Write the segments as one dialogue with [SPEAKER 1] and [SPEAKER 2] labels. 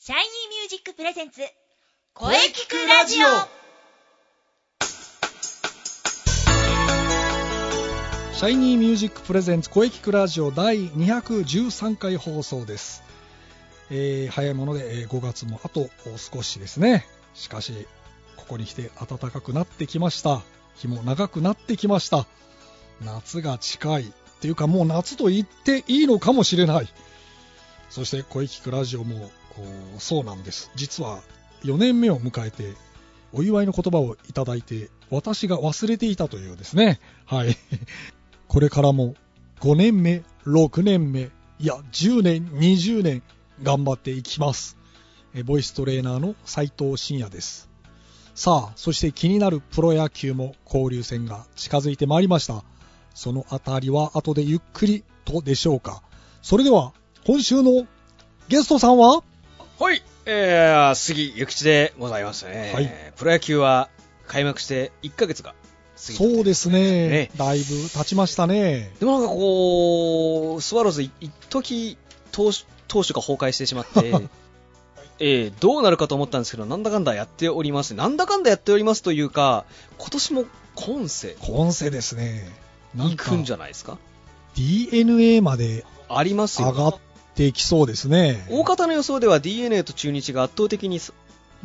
[SPEAKER 1] シャイニーミュージックプレゼンツ
[SPEAKER 2] 声聞くラジオシャイニーミュージックプレゼンツ声聞くラジオ第213回放送です、えー早いものでえー5月もあと少しですねしかしここに来て暖かくなってきました日も長くなってきました夏が近いっていうかもう夏と言っていいのかもしれないそして声聞くラジオもこうそうなんです実は4年目を迎えてお祝いの言葉をいただいて私が忘れていたというですねはい これからも5年目、6年目、いや、10年、20年、頑張っていきます。えボイストレーナーの斉藤慎也です。さあ、そして気になるプロ野球も交流戦が近づいてまいりました。そのあたりは後でゆっくりとでしょうか。それでは、今週のゲストさんは
[SPEAKER 3] はい、えー、杉ゆきちでございますね。
[SPEAKER 2] はい
[SPEAKER 3] プロ野球は開幕して1ヶ月が過ぎて
[SPEAKER 2] そうですね
[SPEAKER 3] ね
[SPEAKER 2] だいぶ経ちましたね。
[SPEAKER 3] でもなんかこう、スワローズい一時投手投手が崩壊してし まって、えーどうなるかと思ったんですけど、なんだかんだやっております。なんだかんだやっておりますというか、今年も今世
[SPEAKER 2] 今世ですね。なん
[SPEAKER 3] 行
[SPEAKER 2] か
[SPEAKER 3] くんじゃないですか
[SPEAKER 2] DNA まで
[SPEAKER 3] あります
[SPEAKER 2] 上
[SPEAKER 3] よ。
[SPEAKER 2] がってきそうですね。
[SPEAKER 3] 大方の予想では DNA と中日が圧倒的にす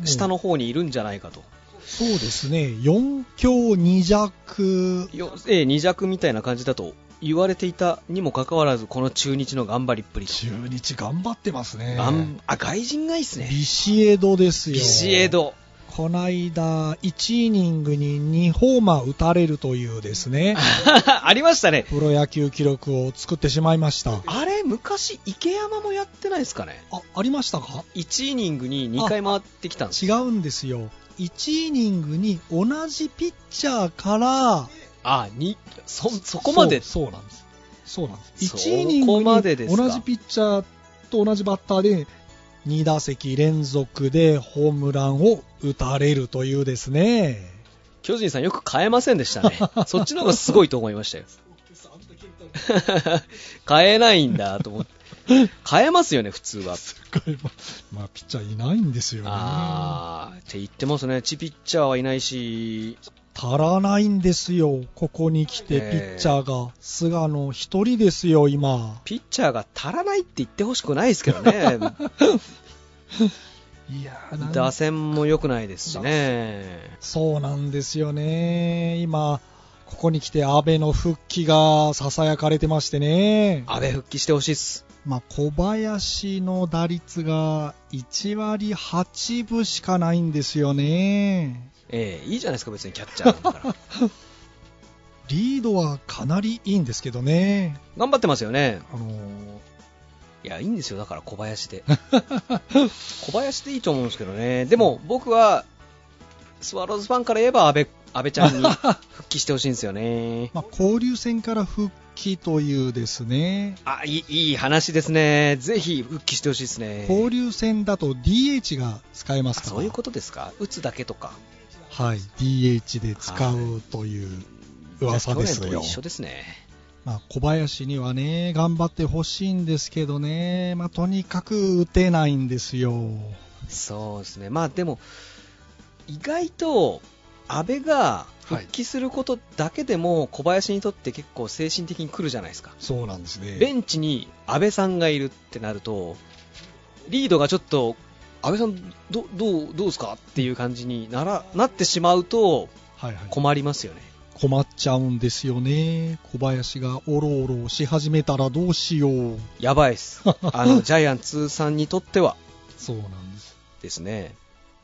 [SPEAKER 2] うん
[SPEAKER 3] 下の方にいるんじゃないかと。
[SPEAKER 2] そうですね、4強2弱、
[SPEAKER 3] よえー、2弱みたいな感じだと言われていたにもかかわらず、この中日の頑張りっぷりと。
[SPEAKER 2] 中日頑張ってますね。
[SPEAKER 3] がんあ、外人がいいっすね。
[SPEAKER 2] ビシエドですよ。
[SPEAKER 3] ビシエ。ド。
[SPEAKER 2] こないだ、1イニングに2ホーマー打たれるというですね、
[SPEAKER 3] ありましたね。
[SPEAKER 2] プロ野球記録を作ってしまいました。
[SPEAKER 3] あれ、昔、池山もやってないですかね。
[SPEAKER 2] あ、ありましたか
[SPEAKER 3] 1イニングに2回回ってきたんです
[SPEAKER 2] 違うんですよ。1イニングに同じピッチャーから、
[SPEAKER 3] あ、に、そ、そこまで。
[SPEAKER 2] そうそうなんです。そうなんです。
[SPEAKER 3] そ
[SPEAKER 2] 1イニング
[SPEAKER 3] こ
[SPEAKER 2] に
[SPEAKER 3] までですか
[SPEAKER 2] 同じピッチャーと同じバッターで2打席連続でホームランを打たれるというですね。
[SPEAKER 3] 巨人さんよく変えませんでしたね。 そっちの方がすごいと思いましたよ。 変えないんだと思って。変えますよね、普通は。
[SPEAKER 2] まあ、ピッチャーいないんですよね。足
[SPEAKER 3] あーって言ってますね。チピッチャーはいないし、
[SPEAKER 2] らないんですよ。ここに来てピッチャーが。菅野一人ですよ、今。
[SPEAKER 3] ピッチャーが足らないって言ってほしくないですけどね。
[SPEAKER 2] いやーなん
[SPEAKER 3] 打線も良くないですしね。
[SPEAKER 2] そうなんですよね。今、ここに来て安倍の復帰が囁かれてましてね。
[SPEAKER 3] 安倍復帰してほしいっす。
[SPEAKER 2] まあ、小林の打率が1割8分しかないんですよね。
[SPEAKER 3] ええいいじゃないですか、別にキャッチャーなんだから。
[SPEAKER 2] リードはかなりいいんですけどね。
[SPEAKER 3] 頑張ってますよね。
[SPEAKER 2] あの
[SPEAKER 3] いや、いいんですよ、だから小 林で。小林でいいと思うんですけどね。でも、僕は、スワローズファンから言えば安倍、安倍ちゃ んに復帰してほしいんですよね。
[SPEAKER 2] まあ、交流戦から復帰というですね。
[SPEAKER 3] あ、いい、いい話ですね。ぜひ復帰してほしいですね。
[SPEAKER 2] 交流戦だと DH が使えます
[SPEAKER 3] あ
[SPEAKER 2] から。
[SPEAKER 3] そういうことですか打つだけとか。
[SPEAKER 2] はい。DH で使うという噂です
[SPEAKER 3] じゃあ去年
[SPEAKER 2] よ
[SPEAKER 3] と。一緒ですね。
[SPEAKER 2] まあ、小林にはね、頑張ってほしいんですけどね、まあ、とにかく打てないんですよ。
[SPEAKER 3] そうですね、まあでも、意外と安倍が復帰することだけでも、小林にとって結構精神的に来るじゃないですか、
[SPEAKER 2] そうなんですね
[SPEAKER 3] ベンチに安倍さんがいるってなると、リードがちょっと、安倍さんど、どうどうですかっていう感じにならなってしまうと、
[SPEAKER 2] はいはい、
[SPEAKER 3] 困りますよね。
[SPEAKER 2] 困っちゃうんですよね。小林がおろおろし始めたらどうしよう。
[SPEAKER 3] やばい です。あの、ジャイアンツさんにとっては
[SPEAKER 2] そうなんです。
[SPEAKER 3] ですね。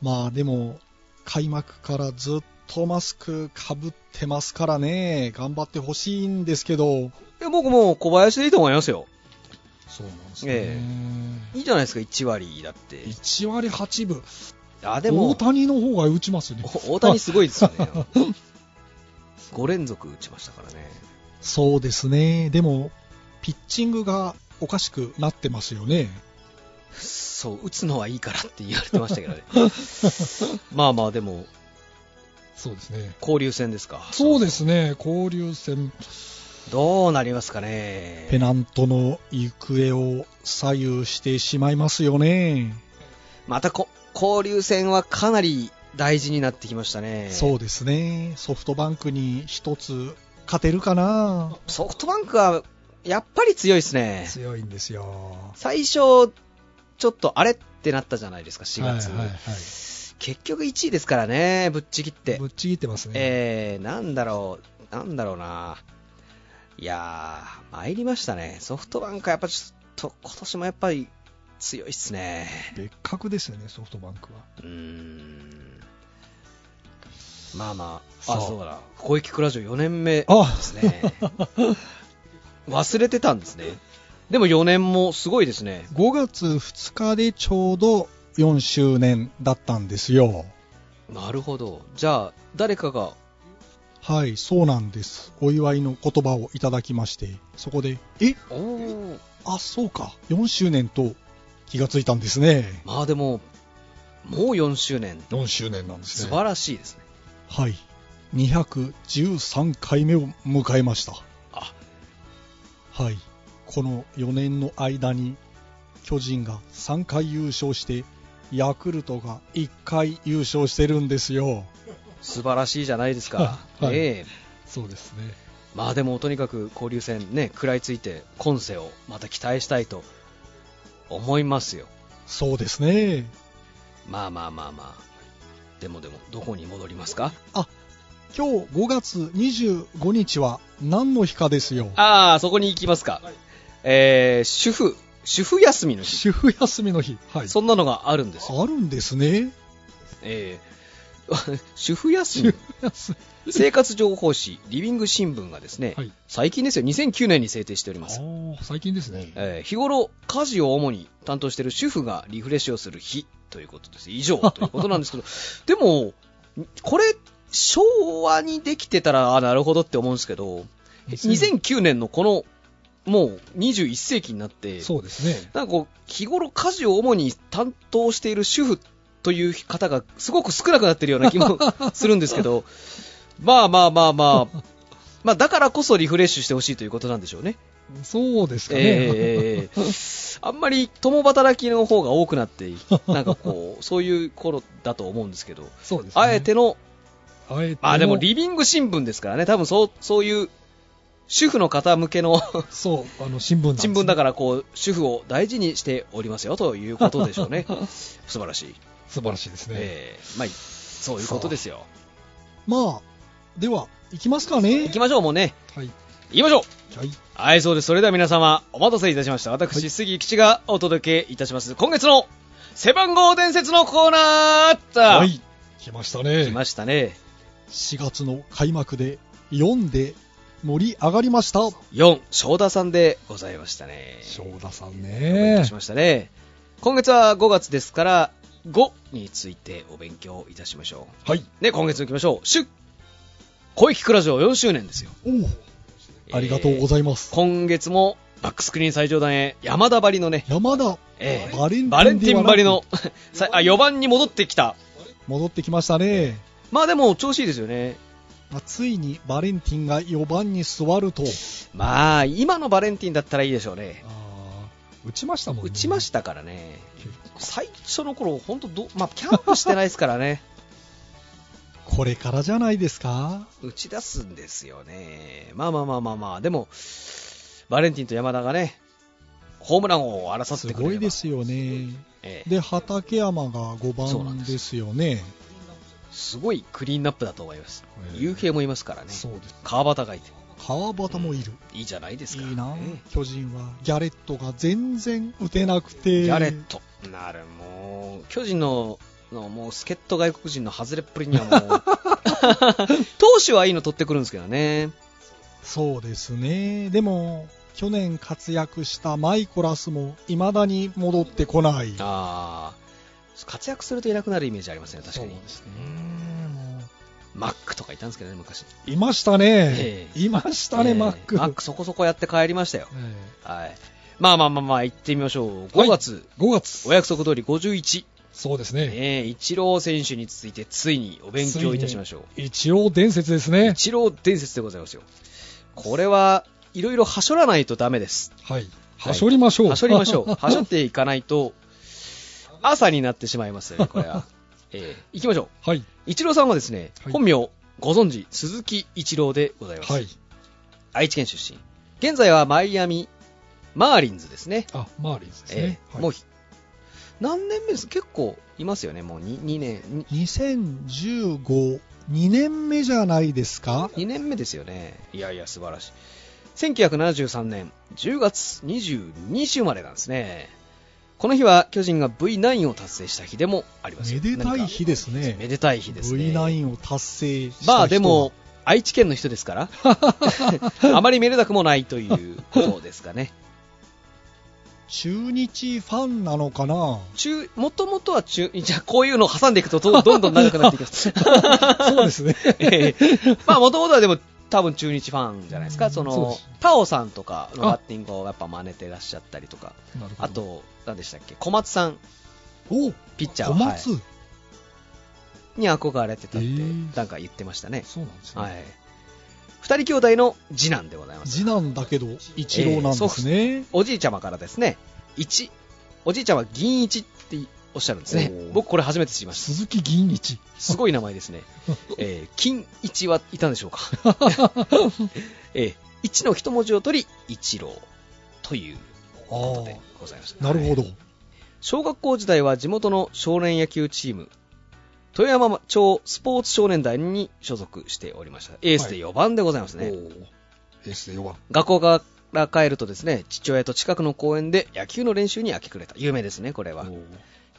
[SPEAKER 2] まあでも、開幕からずっとマスクかぶってますからね、頑張ってほしいんですけど。
[SPEAKER 3] いや僕もう小林でいいと思いますよ。
[SPEAKER 2] そうなんです
[SPEAKER 3] ねいいじゃないですか、1割だって。
[SPEAKER 2] 1割8分。
[SPEAKER 3] あ、でも
[SPEAKER 2] 大、谷の方が打ちますね。
[SPEAKER 3] お大谷すごいですよね。5連続打ちましたからね。
[SPEAKER 2] そうですね、でも、ピッチングがおかしくなってますよね。
[SPEAKER 3] そう、打つのはいいからって言われてました けどね。まあまあ、でも、
[SPEAKER 2] そうですね。
[SPEAKER 3] 交流戦ですか。
[SPEAKER 2] そうですね、交流戦、
[SPEAKER 3] どうなりますかね。
[SPEAKER 2] ペナントの行方を左右してしまいますよね。
[SPEAKER 3] またこ交流戦はかなり大事になってきましたね。
[SPEAKER 2] そうですね、ソフトバンクに一つ勝てるかな、
[SPEAKER 3] ソフトバンクはやっぱり強いですね。
[SPEAKER 2] 強いんですよ、
[SPEAKER 3] 最初、ちょっとあれってなったじゃないですか、4月。
[SPEAKER 2] はいはいはい
[SPEAKER 3] 結局1位ですからね、ぶっちぎって。
[SPEAKER 2] ぶっちぎってますね、
[SPEAKER 3] えー、なんだろう、なんだろうな。いやー、参りましたね。ソフトバンクはやっぱちょっと、今年もやっぱり強いっすね。
[SPEAKER 2] 別格ですよね、ソフトバンクは。
[SPEAKER 3] うーん。まあまあ、
[SPEAKER 2] そ
[SPEAKER 3] あ、
[SPEAKER 2] う
[SPEAKER 3] そうだな。小池クラジオ4年目で
[SPEAKER 2] あ
[SPEAKER 3] す ね。忘れてたんですね。でも4年もすごいですね。
[SPEAKER 2] 5月2日でちょうど4周年だったんですよ。
[SPEAKER 3] なるほど。じゃあ、誰かが、
[SPEAKER 2] はい、そうなんです。お祝いの言葉をいただきまして、そこで、え
[SPEAKER 3] おー
[SPEAKER 2] あ、そうか、4周年と気がついたんですね。
[SPEAKER 3] まあでも、もう4周年。
[SPEAKER 2] 4周年なんで
[SPEAKER 3] 素晴らしいですね。
[SPEAKER 2] はい、213回目を迎えました。
[SPEAKER 3] あ
[SPEAKER 2] はい、この4年の間に、巨人が3回優勝して、ヤクルトが1回優勝してるんですよ。。
[SPEAKER 3] 素晴らしいじゃないです か
[SPEAKER 2] はい
[SPEAKER 3] ええ
[SPEAKER 2] そうですね。
[SPEAKER 3] まあでもとにかく交流戦ね、食らいついて、今世をまた期待したいと思いますよ。
[SPEAKER 2] そうですね。
[SPEAKER 3] まあまあまあまあ。でもでも、どこに戻りますか
[SPEAKER 2] 今日5月25日は何の日かですよ。
[SPEAKER 3] ああ、そこに行きますか。えー、主婦、主婦休みの日。
[SPEAKER 2] 主婦休みの日。はい。
[SPEAKER 3] そんなのがあるんですよ。
[SPEAKER 2] あるんですね。
[SPEAKER 3] えー、 主婦休
[SPEAKER 2] 主
[SPEAKER 3] み
[SPEAKER 2] 婦。休
[SPEAKER 3] 生活情報誌、リビング新聞がですね、
[SPEAKER 2] はい
[SPEAKER 3] 最近ですよ、2009年に制定しており
[SPEAKER 2] み。
[SPEAKER 3] ます。
[SPEAKER 2] ああ、最近ですね。
[SPEAKER 3] えー日頃家事を主に担当している主婦がリフレッシュをする日ということで す以上ということなんですけどでもこれ昭和にできてたらあなるほどって思うんですけど2009年のこのもう21世紀になって
[SPEAKER 2] そうですね。
[SPEAKER 3] なんかこう日頃家事を主に担当している主婦という方がすごく少なくなってるような気 もするんですけどまあまあまあまあまあだからこそリフレッシュしてほしいということなんでしょうね。
[SPEAKER 2] そうですかね。
[SPEAKER 3] ええあんまり共働きの方が多くなって、なんかこう、そういう頃だと思うんですけど、
[SPEAKER 2] そうですね。
[SPEAKER 3] あえ、ての、
[SPEAKER 2] あえて。
[SPEAKER 3] まあでも、リビング新聞ですからね、多分そうそういう主婦の方向けの
[SPEAKER 2] そう、あの、新聞なんです
[SPEAKER 3] 新聞だからこう、主婦を大事にしておりますよということでしょう ね、素晴らしい、
[SPEAKER 2] 素晴らしいですね。
[SPEAKER 3] ええまあ、そういうことですよ、
[SPEAKER 2] まあ、では、行きますかね。
[SPEAKER 3] 行きましょう、もうね、
[SPEAKER 2] はい。
[SPEAKER 3] 行きましょう。
[SPEAKER 2] はい。
[SPEAKER 3] はい、そうです。それでは皆様、お待たせいたしました。私、
[SPEAKER 2] はい
[SPEAKER 3] 杉吉がお届けいたします。今月の、背番号伝説のコーナーだ
[SPEAKER 2] はい。来ましたね。
[SPEAKER 3] 来ましたね。
[SPEAKER 2] 4月の開幕で4で盛り上がりました。
[SPEAKER 3] 4、正田さんでございましたね。
[SPEAKER 2] 翔太さん
[SPEAKER 3] お勉強
[SPEAKER 2] ね
[SPEAKER 3] し。ましたね。今月は5月ですから、5についてお勉強いたしましょ
[SPEAKER 2] はい。
[SPEAKER 3] う。で、今月行きましょう。出小池倉城4周年ですよ。
[SPEAKER 2] おうありがとうご
[SPEAKER 3] い
[SPEAKER 2] ざいます。
[SPEAKER 3] 今月も、バックスクリーン最上段へ、山田張りのね、
[SPEAKER 2] 山田、
[SPEAKER 3] ええ
[SPEAKER 2] バレンティン
[SPEAKER 3] バレンティン張りの
[SPEAKER 2] で、
[SPEAKER 3] さ あ4番に戻ってきた。
[SPEAKER 2] 戻ってきましたね。
[SPEAKER 3] まあでも調子いいですよね。
[SPEAKER 2] まあついにバレンティンが4番に座ると、
[SPEAKER 3] まあ、今のバレンティンだったらいいでしょうね。
[SPEAKER 2] あー打ちましたもんね。
[SPEAKER 3] 打ちましたからね。最初の頃、本当ど、まあ、キャンプしてないですからね。
[SPEAKER 2] これからじゃないですか。
[SPEAKER 3] 打ち出すんですよね。まあまあまあまあまあ、でも、バレンティンと山田がね、ホームランを争っ
[SPEAKER 2] す
[SPEAKER 3] てくれれば
[SPEAKER 2] ごいですよね。
[SPEAKER 3] ええ
[SPEAKER 2] で、畠山が5
[SPEAKER 3] そうなん
[SPEAKER 2] 番
[SPEAKER 3] です
[SPEAKER 2] ですよね。
[SPEAKER 3] すごいクリーンナップだと思います
[SPEAKER 2] え。え
[SPEAKER 3] 雄平もいますからね。
[SPEAKER 2] そうです。
[SPEAKER 3] 川端がいて。
[SPEAKER 2] 川端もいる。
[SPEAKER 3] いいじゃないですか、ね。
[SPEAKER 2] いいな。巨人はギャレットが全然打てなくて。
[SPEAKER 3] ギャレット。なるもう、巨人の、のもう、助っ人外国人の外れっぷりにはもう、 投手はいいの取ってくるんですけどね。
[SPEAKER 2] そうですね。でも、去年活躍したマイコラスも未だに戻ってこない。
[SPEAKER 3] ああ、活躍するといなくなるイメージありますね、確かに
[SPEAKER 2] そう。ですね。も
[SPEAKER 3] マックとかいたんですけどね、昔。
[SPEAKER 2] ういましたね
[SPEAKER 3] え。え
[SPEAKER 2] いましたね、
[SPEAKER 3] えー
[SPEAKER 2] マック。
[SPEAKER 3] マックそこそこやって帰りましたよ。
[SPEAKER 2] え
[SPEAKER 3] はい。まあまあまあまあ、行ってみましょう。
[SPEAKER 2] はい
[SPEAKER 3] 5月、
[SPEAKER 2] え5月。
[SPEAKER 3] お約束通り51。
[SPEAKER 2] そうですね。
[SPEAKER 3] えー、イチロー選手についてついにお勉強いたしましょう。
[SPEAKER 2] 一応伝説ですね
[SPEAKER 3] イ。チロー伝説でございますよ。これはいろいろはしょらないとダメです。
[SPEAKER 2] はい。はしょりましょう。
[SPEAKER 3] はしょりましょう。はしょっていかないと、朝になってしまいますよね、これ は。ええ行きましょう。
[SPEAKER 2] はい。
[SPEAKER 3] 一郎さんはですね、
[SPEAKER 2] はい
[SPEAKER 3] 本名、ご存知、鈴木一郎でございます。
[SPEAKER 2] はい。
[SPEAKER 3] 愛知県出身。現在はマイアミ、マーリンズですね。
[SPEAKER 2] あ、マーリンズですね。
[SPEAKER 3] ええ
[SPEAKER 2] はい
[SPEAKER 3] もうひ、何年目です結構いますよね、もう 2, 2年、に
[SPEAKER 2] 2015、2年目じゃないですか
[SPEAKER 3] 2年目ですよね。いやいや、素晴らしい。1973年10月22週までなんですね。この日は巨人が V9 を達成した日でもあります
[SPEAKER 2] めでたい日です
[SPEAKER 3] 何か
[SPEAKER 2] ね。
[SPEAKER 3] めでたい日ですね。
[SPEAKER 2] V9 を達成した人は
[SPEAKER 3] まあでも、、愛知県の人で すから、あまりめでたくもないということですかね。
[SPEAKER 2] 中日ファンなのかな
[SPEAKER 3] 中、もともとは中、じゃあこういうのを挟んでいくとどどんどん長く なっていきます。
[SPEAKER 2] そうですね。
[SPEAKER 3] ええまあ、もともとはでも、多分中日ファンじゃないです
[SPEAKER 2] う
[SPEAKER 3] か、
[SPEAKER 2] んそう
[SPEAKER 3] そ
[SPEAKER 2] で
[SPEAKER 3] の
[SPEAKER 2] す
[SPEAKER 3] タオさんとかのバッティングをやっぱ真似てらっしゃったりとか、
[SPEAKER 2] なるほど
[SPEAKER 3] あ、と、何でしたっけ、小松さん、
[SPEAKER 2] お
[SPEAKER 3] ピッチャー
[SPEAKER 2] 小
[SPEAKER 3] は
[SPEAKER 2] 松、
[SPEAKER 3] はいに憧れてたって、
[SPEAKER 2] へえ
[SPEAKER 3] なんか言ってましたね、
[SPEAKER 2] そうなんですね。
[SPEAKER 3] はい、二人兄弟の次男でございます、
[SPEAKER 2] 次男だけど、一郎なんですね。
[SPEAKER 3] おじいちゃまからですね、一おじいちゃまは銀一っておっしゃるんですね
[SPEAKER 2] おー、
[SPEAKER 3] 僕、これ初めて知りました、
[SPEAKER 2] 鈴木銀一。
[SPEAKER 3] すごい名前です ね、えー金一はいたんでしょうか。えー、1の一文字を取り、一郎ということでございました。
[SPEAKER 2] なるほど
[SPEAKER 3] はい。小学校時代は地元の少年野球チーム、富山町スポーツ少年団に所属しておりました。エースで4番でございますね。
[SPEAKER 2] エースで4番。
[SPEAKER 3] 学校から帰るとですね、父親と近くの公園で野球の練習に明け暮れた。有名ですね、これは。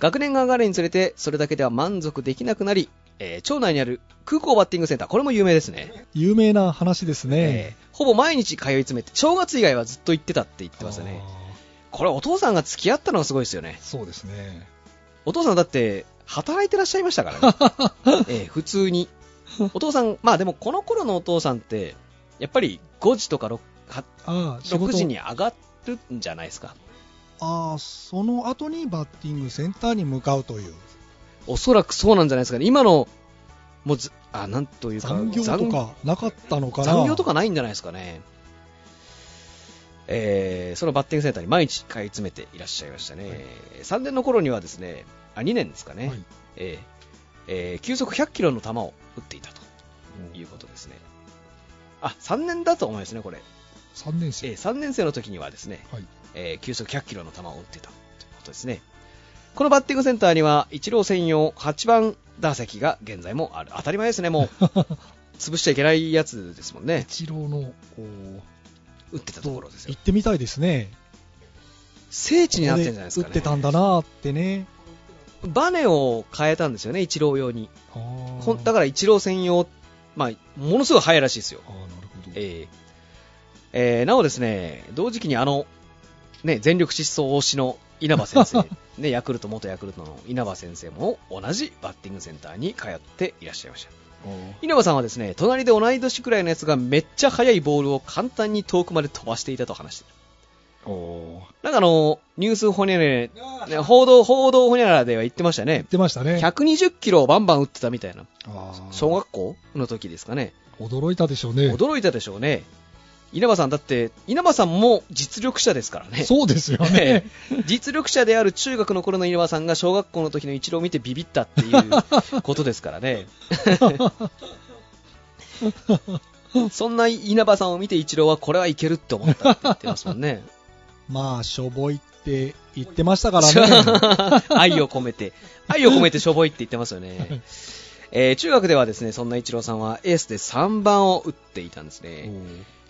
[SPEAKER 3] 学年が上がるにつれて、それだけでは満足できなくなり、えー町内にある空港バッティングセンター、これも有名ですね。
[SPEAKER 2] 有名な話です
[SPEAKER 3] え
[SPEAKER 2] ね。
[SPEAKER 3] ーほぼ毎日通い詰めて、正月以外はずっと行ってたって言ってましたね。
[SPEAKER 2] あ
[SPEAKER 3] これお父さんが付き合ったのがすごいですよね
[SPEAKER 2] ー。そうですね。
[SPEAKER 3] お父さんだって、働いてらっしゃいまし たからね。えー普通に。お父さん、まあでもこの頃のお父さんって、やっぱり5時とか 6,
[SPEAKER 2] あー仕事
[SPEAKER 3] 6時に上がるんじゃないですか。
[SPEAKER 2] あーその後にバッティングセンターに向かうという
[SPEAKER 3] おそらくそうなんじゃないですかね。今の、もうず、あ、なんというか、
[SPEAKER 2] 残業とかなかったのかな
[SPEAKER 3] 残業とかないんじゃないですかね。えーそのバッティングセンターに毎日通い詰めていらっしゃいましたね、
[SPEAKER 2] はい
[SPEAKER 3] 3年の頃にはですねあ2年ですかね、
[SPEAKER 2] はい
[SPEAKER 3] えーえー球速100キロの球を打っていたということですねあ3年だと思いますねこれ、
[SPEAKER 2] 3年
[SPEAKER 3] え
[SPEAKER 2] 生、
[SPEAKER 3] 3年生の時にはですね、
[SPEAKER 2] はい
[SPEAKER 3] えー球速100キロの球を打ってたということですね。このバッティングセンターには、一郎専用8番打席が現在もある。当たり前ですね、も う。潰しちゃいけないやつですもんね。
[SPEAKER 2] 一郎のこう
[SPEAKER 3] 打ってたところですよ
[SPEAKER 2] 行。ってみたいですね
[SPEAKER 3] 聖地になってるんじゃないですか
[SPEAKER 2] 打っ
[SPEAKER 3] ね。
[SPEAKER 2] てたんだなーってね
[SPEAKER 3] バネを変えたんですよね、一郎用に。
[SPEAKER 2] あー
[SPEAKER 3] ほんだから一郎専用、まあ、ものすごい速いらしいですよ。
[SPEAKER 2] あーなるほど
[SPEAKER 3] えーえーなおですね、同時期にあの、ね、全力疾走推しの稲葉先 生、ね、ヤクルト、元ヤクルトの稲葉先生も同じバッティングセンターに通っていらっしゃいました。
[SPEAKER 2] あー
[SPEAKER 3] 稲葉さんはですね、隣で同い年くらいのやつがめっちゃ速いボールを簡単に遠くまで飛ばしていたと話している。なんかあの、ニュースほにゃらね、報道、報道ほにゃららでは言ってました
[SPEAKER 2] 行
[SPEAKER 3] ね
[SPEAKER 2] っ。てましたね
[SPEAKER 3] 120キロをバンバン打ってたみたいな。
[SPEAKER 2] あー
[SPEAKER 3] 小学校の時ですかね。
[SPEAKER 2] 驚いたでしょうね
[SPEAKER 3] 驚いたでしょうね。稲葉さん、だって、稲葉さんも実力者ですからね。
[SPEAKER 2] そうですよ
[SPEAKER 3] え
[SPEAKER 2] ね
[SPEAKER 3] え実力者である中学の頃の稲葉さんが小学校の時の一郎を見てビビったって いうことですからね。 そんな稲葉さんを見て一郎はこれはいけるって思ったって言ってますもんね。
[SPEAKER 2] まあしょぼいって言ってましたからね
[SPEAKER 3] 愛を込めて、愛を込めてしょぼいって言ってますよね。えー中学ではですね、そんな一郎さんはエースで3番を打っていたんですね。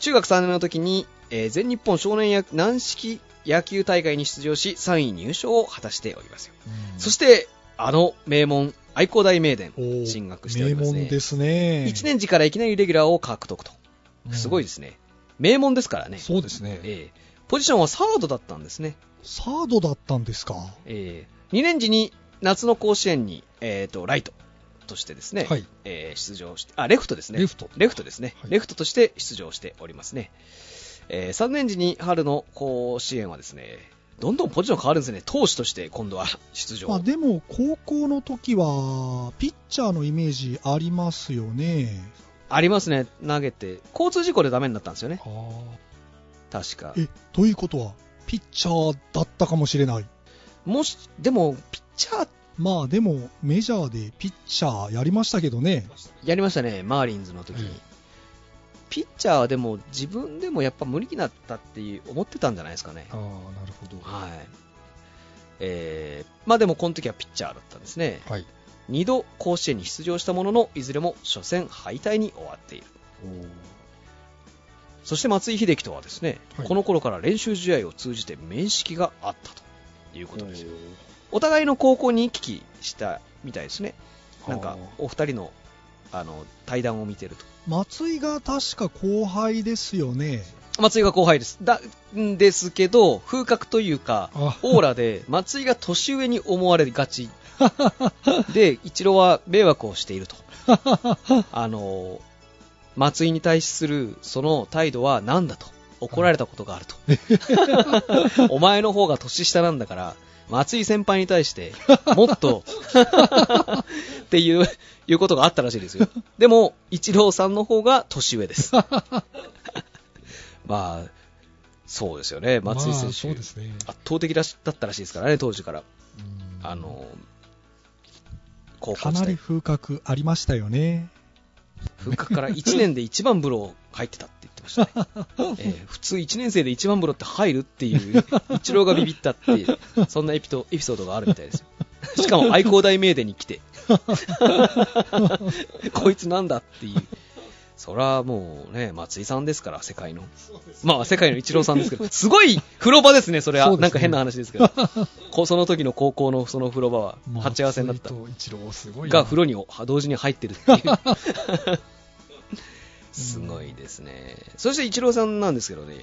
[SPEAKER 3] 中学3年の時に、えー全日本少年野軟式野球大会に出場し3位入賞を果たしておりますよ、そ
[SPEAKER 2] し
[SPEAKER 3] してあの名門愛工大名電進学しております
[SPEAKER 2] 名
[SPEAKER 3] ね
[SPEAKER 2] 門ですね、
[SPEAKER 3] 1年時からいきなりレギュラーを獲得とすごいですすね、名門ですからね、
[SPEAKER 2] そうですね、
[SPEAKER 3] えーポジションはサードだったんですね、
[SPEAKER 2] サードだったんですか、
[SPEAKER 3] え2年時に夏の甲子園に、えー、とライトとしてですね、
[SPEAKER 2] はい
[SPEAKER 3] えー出場して、あ、レフトですね。
[SPEAKER 2] レフト
[SPEAKER 3] レフトですね。
[SPEAKER 2] はい
[SPEAKER 3] レフトとして出場しておりますね。え3年時に春の甲子園はですね、どんどんポジション変わるんですね。投手として今度は出場。
[SPEAKER 2] まあ、でも高校の時はピッチャーのイメージありますよね
[SPEAKER 3] ありますね。投げて。交通事故でダメになったんですよね。
[SPEAKER 2] あ
[SPEAKER 3] 確か。
[SPEAKER 2] えということはピッチャーだったかもしれない
[SPEAKER 3] もし、でも、ピッチャー
[SPEAKER 2] まあでも、メジャーでピッチャーやりましたけどね、
[SPEAKER 3] やりましたね、マーリンズの時に。
[SPEAKER 2] ええ
[SPEAKER 3] ピッチャーはでも自分でもやっぱ無理になったっていう思ってたんじゃないですかね。
[SPEAKER 2] ああなるほど、は
[SPEAKER 3] はい。えー、まあでもこの時はピッチャーだったんですね。
[SPEAKER 2] い、
[SPEAKER 3] 2度甲子園に出場したものの、いずれも初戦敗退に終わっている。そして松井秀喜とはですね、
[SPEAKER 2] はい
[SPEAKER 3] この頃から練習試合を通じて面識があったということですよ。
[SPEAKER 2] よ、
[SPEAKER 3] お互いの高校に行き来したみたいですね。なん
[SPEAKER 2] あー、
[SPEAKER 3] かお二人のあの対談を見てると。
[SPEAKER 2] 松井が確か後輩ですよね、
[SPEAKER 3] 松井が後輩です。だ、んですけど、風格というか
[SPEAKER 2] あ、
[SPEAKER 3] オーラで、松井が年上に思われが ち。で、一郎は迷惑をしている と。あの、松井に対するその態度は何だと。怒られたことがあると。 お前の方が年下なんだから、松井先輩に対 して、もっと、っていう、いうことがあったらしいですよ。でも、一郎さんの方が年上 です。まあ、そうですよね、松井選手、
[SPEAKER 2] まあそうですね、
[SPEAKER 3] 圧倒的らしだったらしいですからね、当時か
[SPEAKER 2] う
[SPEAKER 3] ら。
[SPEAKER 2] ん
[SPEAKER 3] あの高校
[SPEAKER 2] かな
[SPEAKER 3] 時
[SPEAKER 2] り
[SPEAKER 3] 代、
[SPEAKER 2] 風格ありましたよね、
[SPEAKER 3] 復活から1年で一番風呂入ってたって言ってました ね、えー普通1年生で一番風呂って入るっていう、一郎がビビったっていう、そんなエピとエピソードがあるみたいですよ。しかも愛工大名電に来 て、こいつなんだっていう。そらもうね、松井さんですから、世界の。まあ、世界の一郎さんですけど、すごい風呂場ですね、それは。
[SPEAKER 2] そうですね
[SPEAKER 3] なんか変な話ですけど。こその時の高校のその風呂場は、
[SPEAKER 2] まあ
[SPEAKER 3] 鉢合わせになった
[SPEAKER 2] 松。井と一郎すごいな
[SPEAKER 3] が風呂にお同時に入ってるっていう。すごいですね。そしてイチローさんなんですけどね、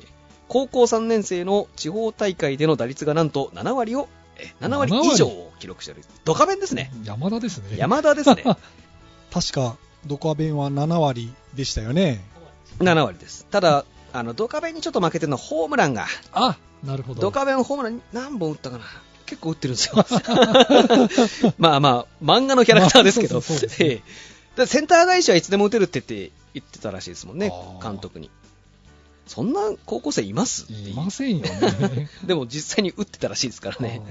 [SPEAKER 3] 高校3年生の地方大会での打率がなんと7割を、え7割以上を記録している。ドカベンですね。
[SPEAKER 2] 山田ですね、
[SPEAKER 3] 山田 ですね。
[SPEAKER 2] 確か、ドカベンは7割でしたよね、
[SPEAKER 3] 7割です。ただ、あの、ドカベンにちょっと負けてるのはホームランが、
[SPEAKER 2] あなるほど、
[SPEAKER 3] ドカベンのホームラン何本打ったかな結構打ってるんですよ。 まあまあ、漫画のキャラクターですけど、
[SPEAKER 2] まあそうそうそうですね
[SPEAKER 3] ええだからセンター返しはいつでも打てるって言って言ってたらしいですもんね
[SPEAKER 2] あ、ー
[SPEAKER 3] 監督に。そんな高校生いますっていう
[SPEAKER 2] いませんよね。
[SPEAKER 3] でも実際に打ってたらしいですからね。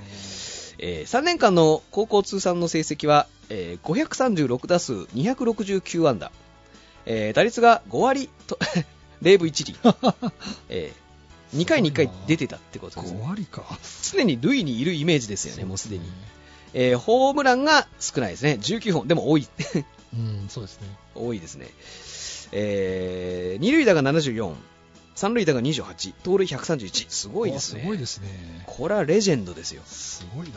[SPEAKER 3] えー3年間の高校通算の成績は、えー536打数269安打、えー打率が5割と 0分1厘、 え2回に1回出てたってことです
[SPEAKER 2] 5
[SPEAKER 3] ね。
[SPEAKER 2] 割か。
[SPEAKER 3] 常に塁にいるイメージですよね、もうすでに、えーホームランが少ないですね、19本、でも多い
[SPEAKER 2] うん、そうですね。
[SPEAKER 3] 多いですね、えー二塁打が74、三塁打が28、盗塁131、すごいですね、
[SPEAKER 2] あすごいですね。
[SPEAKER 3] これはレジェンドですよ、
[SPEAKER 2] すごいな。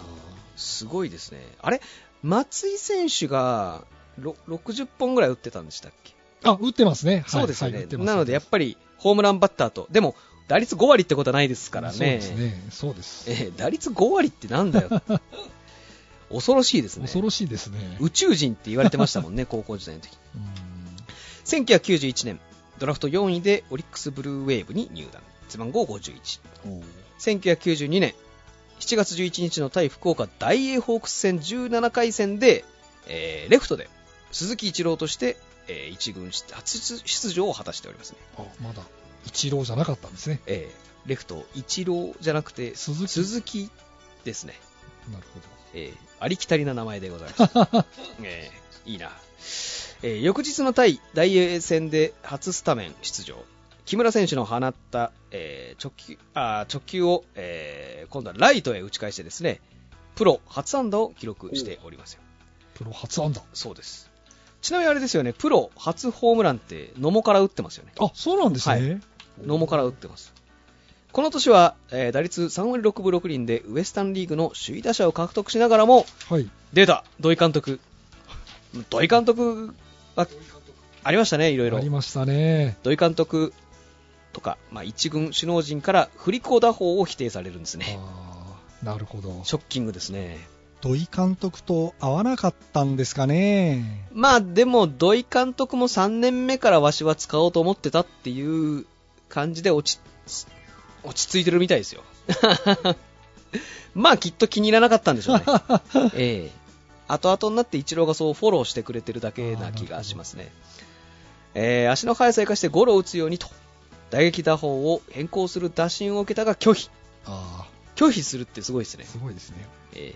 [SPEAKER 3] すごいですね、あれ、松井選手がろ60本ぐらい打ってたんでしたっけ、
[SPEAKER 2] あ、打ってますね。はい
[SPEAKER 3] そうですよね、
[SPEAKER 2] はい打ってます
[SPEAKER 3] なのでやっぱりホームランバッターと、でも打率5割ってことはないですから
[SPEAKER 2] そうですね。そうです。
[SPEAKER 3] えー打率5割ってなん だよ恐ろしいですね
[SPEAKER 2] 恐ろしいですね。
[SPEAKER 3] 宇宙人って言われてましたも んね高校時代の時
[SPEAKER 2] うん
[SPEAKER 3] 1991年ドラフト4位でオリックスブルーウェーブに入団背番号511992年7月11日の対福岡大英ホークス戦17回戦で、えーレフトで鈴木一郎として、えー一軍初出場を果たしておりますね、
[SPEAKER 2] あまだ、一郎じゃなかったんですね。
[SPEAKER 3] えーレフト一郎じゃなくて
[SPEAKER 2] 鈴木
[SPEAKER 3] 鈴木ですね
[SPEAKER 2] なるほど。
[SPEAKER 3] えーありきたりな名前でございます、えーいいな、えー翌日の対大英戦で初スタメン出場木村選手の放った、えー直球あー直球を、えー今度はライトへ打ち返してですねプロ初安打を記録しておりますよ
[SPEAKER 2] プロ初安打。
[SPEAKER 3] そうですちなみにあれですよねプロ初ホームランって野茂から打ってますよね
[SPEAKER 2] あ、そうなんですね。
[SPEAKER 3] 野茂から打ってますこの年は、えー打率3割6分6厘でウエスタンリーグの首位打者を獲得しながらも
[SPEAKER 2] はい。
[SPEAKER 3] 出た土井監督土井監督はありましたねいろい
[SPEAKER 2] あ
[SPEAKER 3] ろ
[SPEAKER 2] りましたね。
[SPEAKER 3] 土井監督とか、まあ、一軍首脳陣から振り子打法を否定されるんですね
[SPEAKER 2] あーなるほど。
[SPEAKER 3] ショッキングですね
[SPEAKER 2] 土井監督と合わなかったんですかね。
[SPEAKER 3] まあでも土井監督も3年目からわしは使おうと思ってたっていう感じで落ち落ち着いてるみたいですよ まあきっと気に入らなかったんでしょうねええ後々になってイチローがそうフォローしてくれてるだけな気がしますねえー足の速さを生かしてゴロを打つようにと打撃打法を変更する打診を受けたが拒否
[SPEAKER 2] あ
[SPEAKER 3] 拒否するってすごいですね。
[SPEAKER 2] すごいですね。
[SPEAKER 3] えー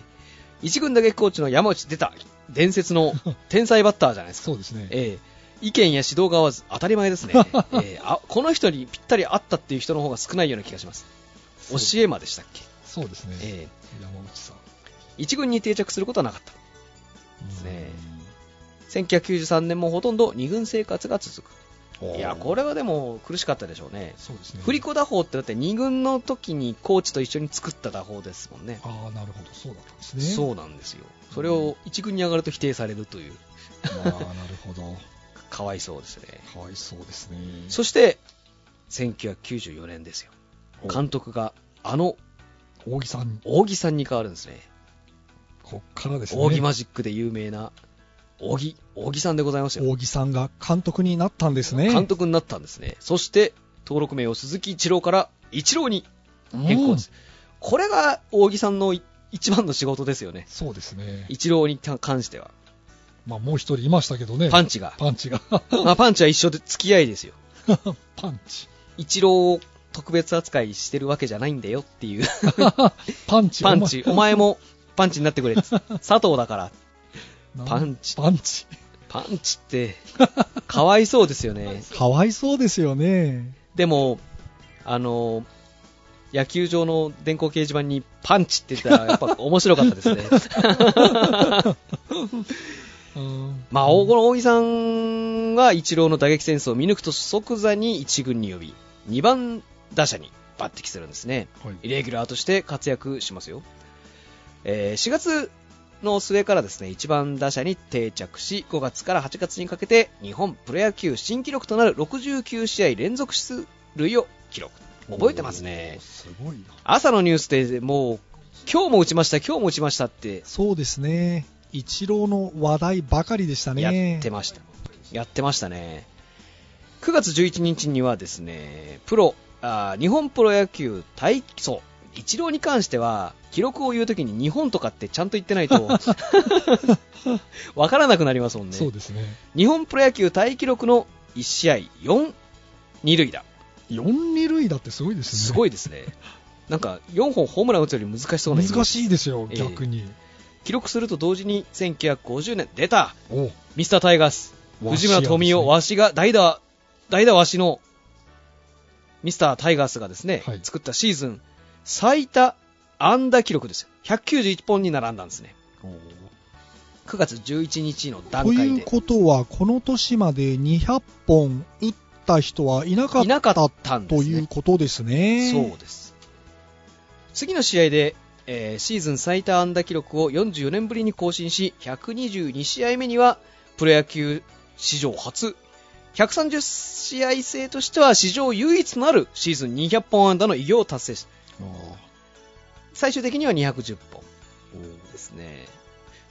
[SPEAKER 3] 一軍打撃コーチの山内出た伝説の天才バッターじゃないですか。
[SPEAKER 2] そうですね。
[SPEAKER 3] えー意見や指導が合わず当たり 前ですね、えーあこの人にぴったり合ったっていう人の方が少ないような気がします
[SPEAKER 2] そう
[SPEAKER 3] 教えまでしたっけ、
[SPEAKER 2] そうですね。
[SPEAKER 3] え
[SPEAKER 2] 山内さん。
[SPEAKER 3] ー一軍に定着することはなかった
[SPEAKER 2] うん
[SPEAKER 3] ね1993年もほとんど二軍生活が続くいやこれはでも苦しかったでしょうね
[SPEAKER 2] そうですね。
[SPEAKER 3] 振り子打法ってだって二軍の時にコーチと一緒に作った打法ですもんね
[SPEAKER 2] ああ、なるほど。そうだったんですね。
[SPEAKER 3] そうなんですよそれを一軍に上がると否定されるという
[SPEAKER 2] ああ、なるほど。
[SPEAKER 3] かわいそうですね
[SPEAKER 2] かわいそうですね。
[SPEAKER 3] そして1994年ですよ
[SPEAKER 2] お
[SPEAKER 3] 監督があの
[SPEAKER 2] 大木さん、
[SPEAKER 3] 扇さんに変わるんですね。
[SPEAKER 2] こっからですね。
[SPEAKER 3] 扇マジックで有名な扇、扇さんでございますよ。
[SPEAKER 2] 大木さんが監督になったんですね。
[SPEAKER 3] 監督になったんですね。そして、登録名を鈴木一郎から一郎に変更です。これが扇さんのい一番の仕事ですよね。
[SPEAKER 2] そうですね。
[SPEAKER 3] 一郎に関関しては。
[SPEAKER 2] まあ、もう一人いましたけどね。
[SPEAKER 3] パンチが。
[SPEAKER 2] パンチが。
[SPEAKER 3] まあ、パンチは一緒で付き合いですよ。
[SPEAKER 2] パンチ。
[SPEAKER 3] 一郎を特別扱いしてるわけじゃないんだよっ ていう。
[SPEAKER 2] パンチ。
[SPEAKER 3] パンチ、お前もパンチになってくれっつ。佐藤だから。
[SPEAKER 2] お前。
[SPEAKER 3] パンチ
[SPEAKER 2] パンチ。
[SPEAKER 3] パンチって、かわいそうですよね。
[SPEAKER 2] かわいそうですよね。
[SPEAKER 3] でも、あの野球場の電光掲示板にパンチって言ったら、やっぱ面白かったですね。
[SPEAKER 2] うん
[SPEAKER 3] まあ、この大木さんがイチローの打撃センスを見抜くと即座に1軍に呼び、2番打者に抜擢するんですね。
[SPEAKER 2] はい
[SPEAKER 3] レギュラーとして活躍しますよ。えー4月の末からですね、1番打者に定着し、5月から8月にかけて日本プロ野球新記録となる69試合連続出塁を記録。覚えてますね
[SPEAKER 2] おー。すごいな。
[SPEAKER 3] 朝のニュースでもう、今日も打ちました、今日も打ちましたって
[SPEAKER 2] そうですね。一郎の話題ばかりでしたね。
[SPEAKER 3] やってました。やってましたね。9月11日にはですね、プロ、あー日本プロ野球大、そう、一郎に関しては、記録を言うときに日本とかってちゃんと言ってな いと、わからなくなりますもんね
[SPEAKER 2] そ。うですね。
[SPEAKER 3] 日本プロ野球大記録の1試合4、二塁打。
[SPEAKER 2] 4、二塁だってすごいですね。
[SPEAKER 3] すごいですね。なんか、4本ホームラン打つより難しそうなイメージ
[SPEAKER 2] 難しいですよ、
[SPEAKER 3] ええ
[SPEAKER 2] 逆に。
[SPEAKER 3] 記録すると同時に1950年、出た
[SPEAKER 2] お
[SPEAKER 3] ミスタータイガース、
[SPEAKER 2] わし
[SPEAKER 3] 藤
[SPEAKER 2] や
[SPEAKER 3] 村富
[SPEAKER 2] で
[SPEAKER 3] 美
[SPEAKER 2] す
[SPEAKER 3] 男、
[SPEAKER 2] ね
[SPEAKER 3] わしが、代打、代打わしの、ミスタータイガースがですね、
[SPEAKER 2] はい
[SPEAKER 3] 作ったシーズン最多安打記録ですよ。191本に並んだんですね。9月11日の段
[SPEAKER 2] と
[SPEAKER 3] 階
[SPEAKER 2] いう
[SPEAKER 3] で。
[SPEAKER 2] ことは、この年まで200本打った人はいなか
[SPEAKER 3] いなか
[SPEAKER 2] っ
[SPEAKER 3] ったたんで
[SPEAKER 2] と
[SPEAKER 3] す
[SPEAKER 2] いう
[SPEAKER 3] ね。
[SPEAKER 2] ことですね。
[SPEAKER 3] そうです。次の試合で、えーシーズン最多安打記録を44年ぶりに更新し、122試合目には、プロ野球史上初、130試合制としては史上唯一となるシーズン200本安打の偉業を達成し、最終的には210本ですね。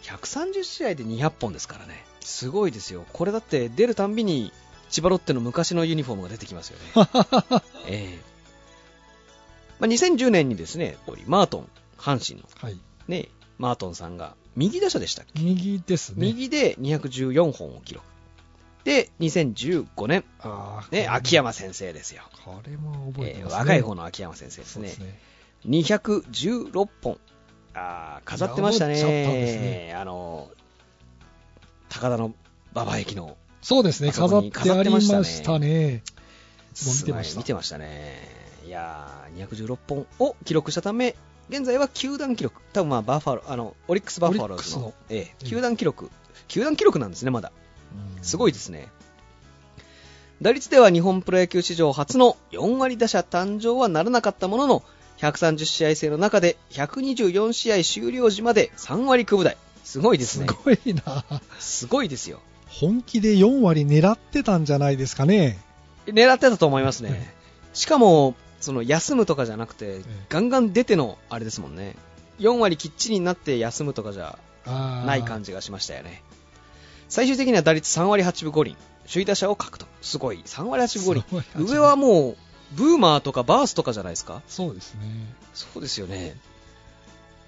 [SPEAKER 3] 130試合で200本ですからね。すごいですよ。これだって出るたんびに千葉ロッテの昔のユニフォームが出てきますよね。 ええまあ、2010年にですね、マートン、阪神の
[SPEAKER 2] はい。
[SPEAKER 3] ね、マートンさんが右打者でしたっけ、
[SPEAKER 2] 右ですね。
[SPEAKER 3] 右で214本を記録。で、2015年、
[SPEAKER 2] あー
[SPEAKER 3] ね、秋。山先生ですよ。
[SPEAKER 2] これも覚えて
[SPEAKER 3] え
[SPEAKER 2] ます
[SPEAKER 3] え
[SPEAKER 2] ね。
[SPEAKER 3] 若い方の秋山先生で
[SPEAKER 2] そ
[SPEAKER 3] す
[SPEAKER 2] う
[SPEAKER 3] ね。
[SPEAKER 2] ですね。
[SPEAKER 3] 216本。ああ、飾ってましたね。
[SPEAKER 2] いや飾ったんですね
[SPEAKER 3] あの、高田の馬場駅の、
[SPEAKER 2] そうですね。
[SPEAKER 3] あそこ
[SPEAKER 2] 飾っ
[SPEAKER 3] に
[SPEAKER 2] てありま
[SPEAKER 3] 飾ってま
[SPEAKER 2] し
[SPEAKER 3] した
[SPEAKER 2] たね。
[SPEAKER 3] す
[SPEAKER 2] 見て
[SPEAKER 3] ご
[SPEAKER 2] ま
[SPEAKER 3] い
[SPEAKER 2] した
[SPEAKER 3] 見てましたね。いやー、216本を記録したため、現在は球団記録。多分まあ、バファロー、あの、オリックスバファローズの、
[SPEAKER 2] オリック
[SPEAKER 3] ええ
[SPEAKER 2] うん
[SPEAKER 3] 球団記録、球団記録なんですね、まだ。すごい
[SPEAKER 2] で
[SPEAKER 3] ですね。打率では日本プロ野球史上初の4割打者誕生はならなかったものの、130試合制の中で124試合終了時まで3割9分台。すごいですね。
[SPEAKER 2] ごいな。
[SPEAKER 3] すごいですよ。
[SPEAKER 2] 本気で4割狙ってたんじゃないですかね。
[SPEAKER 3] 狙ってたと思いますね。 しかも、その休むとかじゃなくて、ガンガン出てのあれですもんね。4割きっちりになって休むとかじゃな
[SPEAKER 2] ない
[SPEAKER 3] 感じがしましたよね。最終的には打率3割8分5厘。首位打者を獲得。すごい。3割8分5厘。上はもう、ブーマーとかバースとかじゃないですか
[SPEAKER 2] そうですね。
[SPEAKER 3] そうですよね。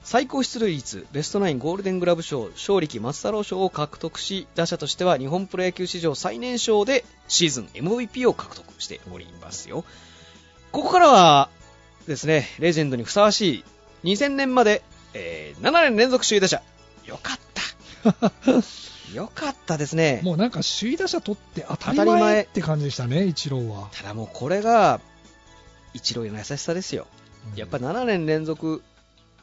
[SPEAKER 3] 最高出塁率、ベストナインゴールデングラブ賞、勝力松太郎賞を獲得し、打者としては日本プロ野球史上最年少でシーズン MVP を獲得しておりますよ。ここからはですね、レジェンドにふさわしい2000年まで、えー7年連続首位打者。よか った。よかったですね。
[SPEAKER 2] もうなんか首位打者取って当たり前
[SPEAKER 3] 当たり前
[SPEAKER 2] って感じでしたね、イチローは。
[SPEAKER 3] ただもうこれが、一郎の優しさですよ。やっぱ
[SPEAKER 2] り、
[SPEAKER 3] 7年連続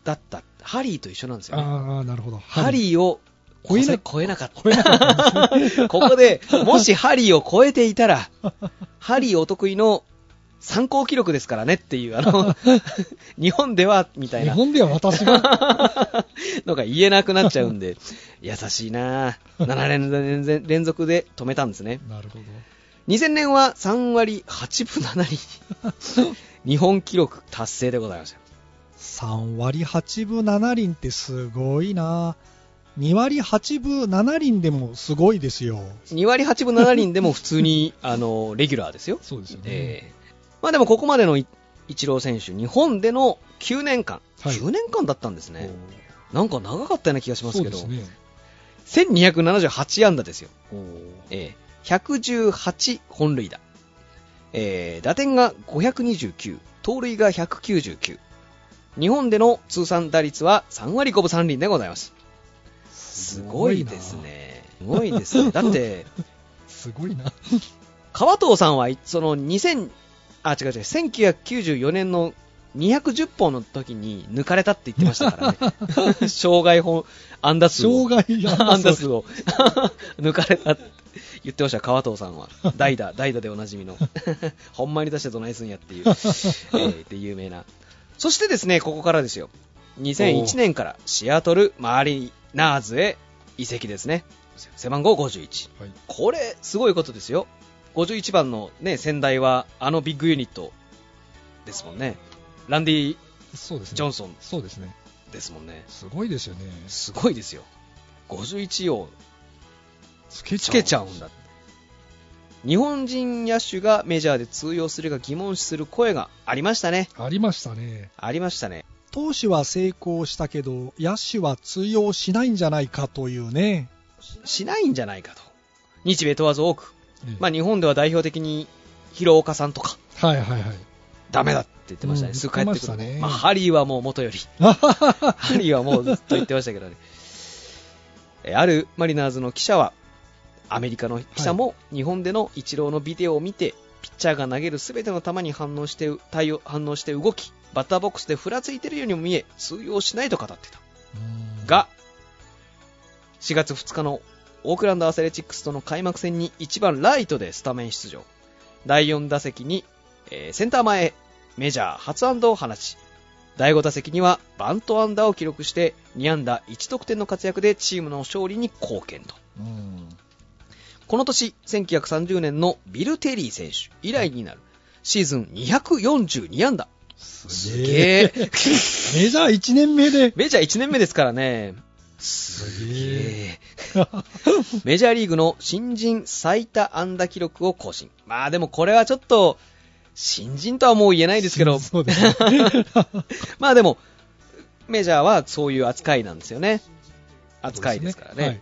[SPEAKER 3] だった、ハリーと一緒なんですよね。
[SPEAKER 2] ああ、なるほど。
[SPEAKER 3] ハリーを
[SPEAKER 2] 超
[SPEAKER 3] 超
[SPEAKER 2] え
[SPEAKER 3] え
[SPEAKER 2] な
[SPEAKER 3] な超えなかっ
[SPEAKER 2] 超えなかったですね
[SPEAKER 3] た。ここで、もしハリーを超えていた ら、ハリーお得意の参考記録ですからねっていう、あ の、日本では、みたい
[SPEAKER 2] 日
[SPEAKER 3] な
[SPEAKER 2] 本では私が、
[SPEAKER 3] のが言えなくなっちゃうんで、優しいなぁ。7年連続連続で止めたんですね。
[SPEAKER 2] なるほど。
[SPEAKER 3] 2000年は3割8分7厘。日本記録達成でございました。
[SPEAKER 2] 3割8分7厘ってすごいな2割8分7厘でもすごいですよ。
[SPEAKER 3] 2割8分7厘でも普 通に、あの、レギュラーですよ。
[SPEAKER 2] そうですよね。
[SPEAKER 3] ええまあでもここまでのイイチロー選手、日本での9年間、
[SPEAKER 2] はい
[SPEAKER 3] 9年間だったんですね、なんか長かったような気がし
[SPEAKER 2] おー
[SPEAKER 3] ます
[SPEAKER 2] そう
[SPEAKER 3] け
[SPEAKER 2] で
[SPEAKER 3] ど、
[SPEAKER 2] すね。
[SPEAKER 3] 1278安打ですよ、
[SPEAKER 2] おー
[SPEAKER 3] ええ118本塁打、ええ打点が529、盗塁が199、日本での通算打率は3割5分3厘でございます。すごいです。ね。すごいですね。だって、
[SPEAKER 2] すごいな。
[SPEAKER 3] 川藤さんはその2000あ違う違う1994年の210本の時に抜かれたって言ってましたからね障害本安打数
[SPEAKER 2] 障
[SPEAKER 3] を
[SPEAKER 2] 害が
[SPEAKER 3] 安打数を 抜かれたって言ってました川藤さんは代打代打でおなじみの ほんまに出してどないすんやっていう、えーで有名なそしてですねここからですよ2001年からシアトルマリナーズへ移籍ですね背番号51
[SPEAKER 2] はい。
[SPEAKER 3] これ、すごいことですよ。51番のね、仙台は、あのビッグユニットですもんね。ランディ・
[SPEAKER 2] そうですね。
[SPEAKER 3] ジョンソン
[SPEAKER 2] そうですね。
[SPEAKER 3] ですもんね。
[SPEAKER 2] すごいですよね。
[SPEAKER 3] すごいですよ。51を
[SPEAKER 2] つけ
[SPEAKER 3] つけちゃうんだ。日本人野手がメジャーで通用するか疑問視する声がありましたね。
[SPEAKER 2] ありましたね。
[SPEAKER 3] ありましたね。
[SPEAKER 2] 投手は成功したけど、野手は通用しないんじゃないかというね。
[SPEAKER 3] しないんじゃないかと。日米問わず多く。まあ
[SPEAKER 2] ね
[SPEAKER 3] 日本では代表的に、広岡さんとか、
[SPEAKER 2] はいはいはい。
[SPEAKER 3] ダメだって言ってましたね。
[SPEAKER 2] うん
[SPEAKER 3] すぐ帰って
[SPEAKER 2] 言って
[SPEAKER 3] く
[SPEAKER 2] ま
[SPEAKER 3] る。
[SPEAKER 2] したね
[SPEAKER 3] まあハリーはもう元 より。ハリーはもうずっと言ってましたけどね。えーあるマリナーズの記者は、アメリカの記者も日本でのイチローのビデオを見て、ピッチャーが投げるすべての球に反応して、対応、反応して動き、バッターボックスでふらついてるようにも見え、通用しないと語ってた。
[SPEAKER 2] うん、
[SPEAKER 3] が、4月2日のオークランドアスレチックスとの開幕戦に1番ライトでスタメン出場。第4打席に、えーセンター前へメジャー初安打を放ち、第5打席にはバント安打を記録して2安打1得点の活躍でチームの勝利に貢献と。
[SPEAKER 2] うん、
[SPEAKER 3] この年、1930年のビル・テリー選手以来になるシーズン242安打。
[SPEAKER 2] す
[SPEAKER 3] す
[SPEAKER 2] げえ。
[SPEAKER 3] げえ。
[SPEAKER 2] メジャー1年目で。
[SPEAKER 3] メジャー1年目ですからね。
[SPEAKER 2] すえ。
[SPEAKER 3] えーメジャーリーグの新人最多安打記録を更新。まあでもこれはちょっと、新人とはもう言えないですけ ど、
[SPEAKER 2] そうですね。
[SPEAKER 3] まあでも、メジャーはそういう扱いなんですよね。扱いですからね。
[SPEAKER 2] はい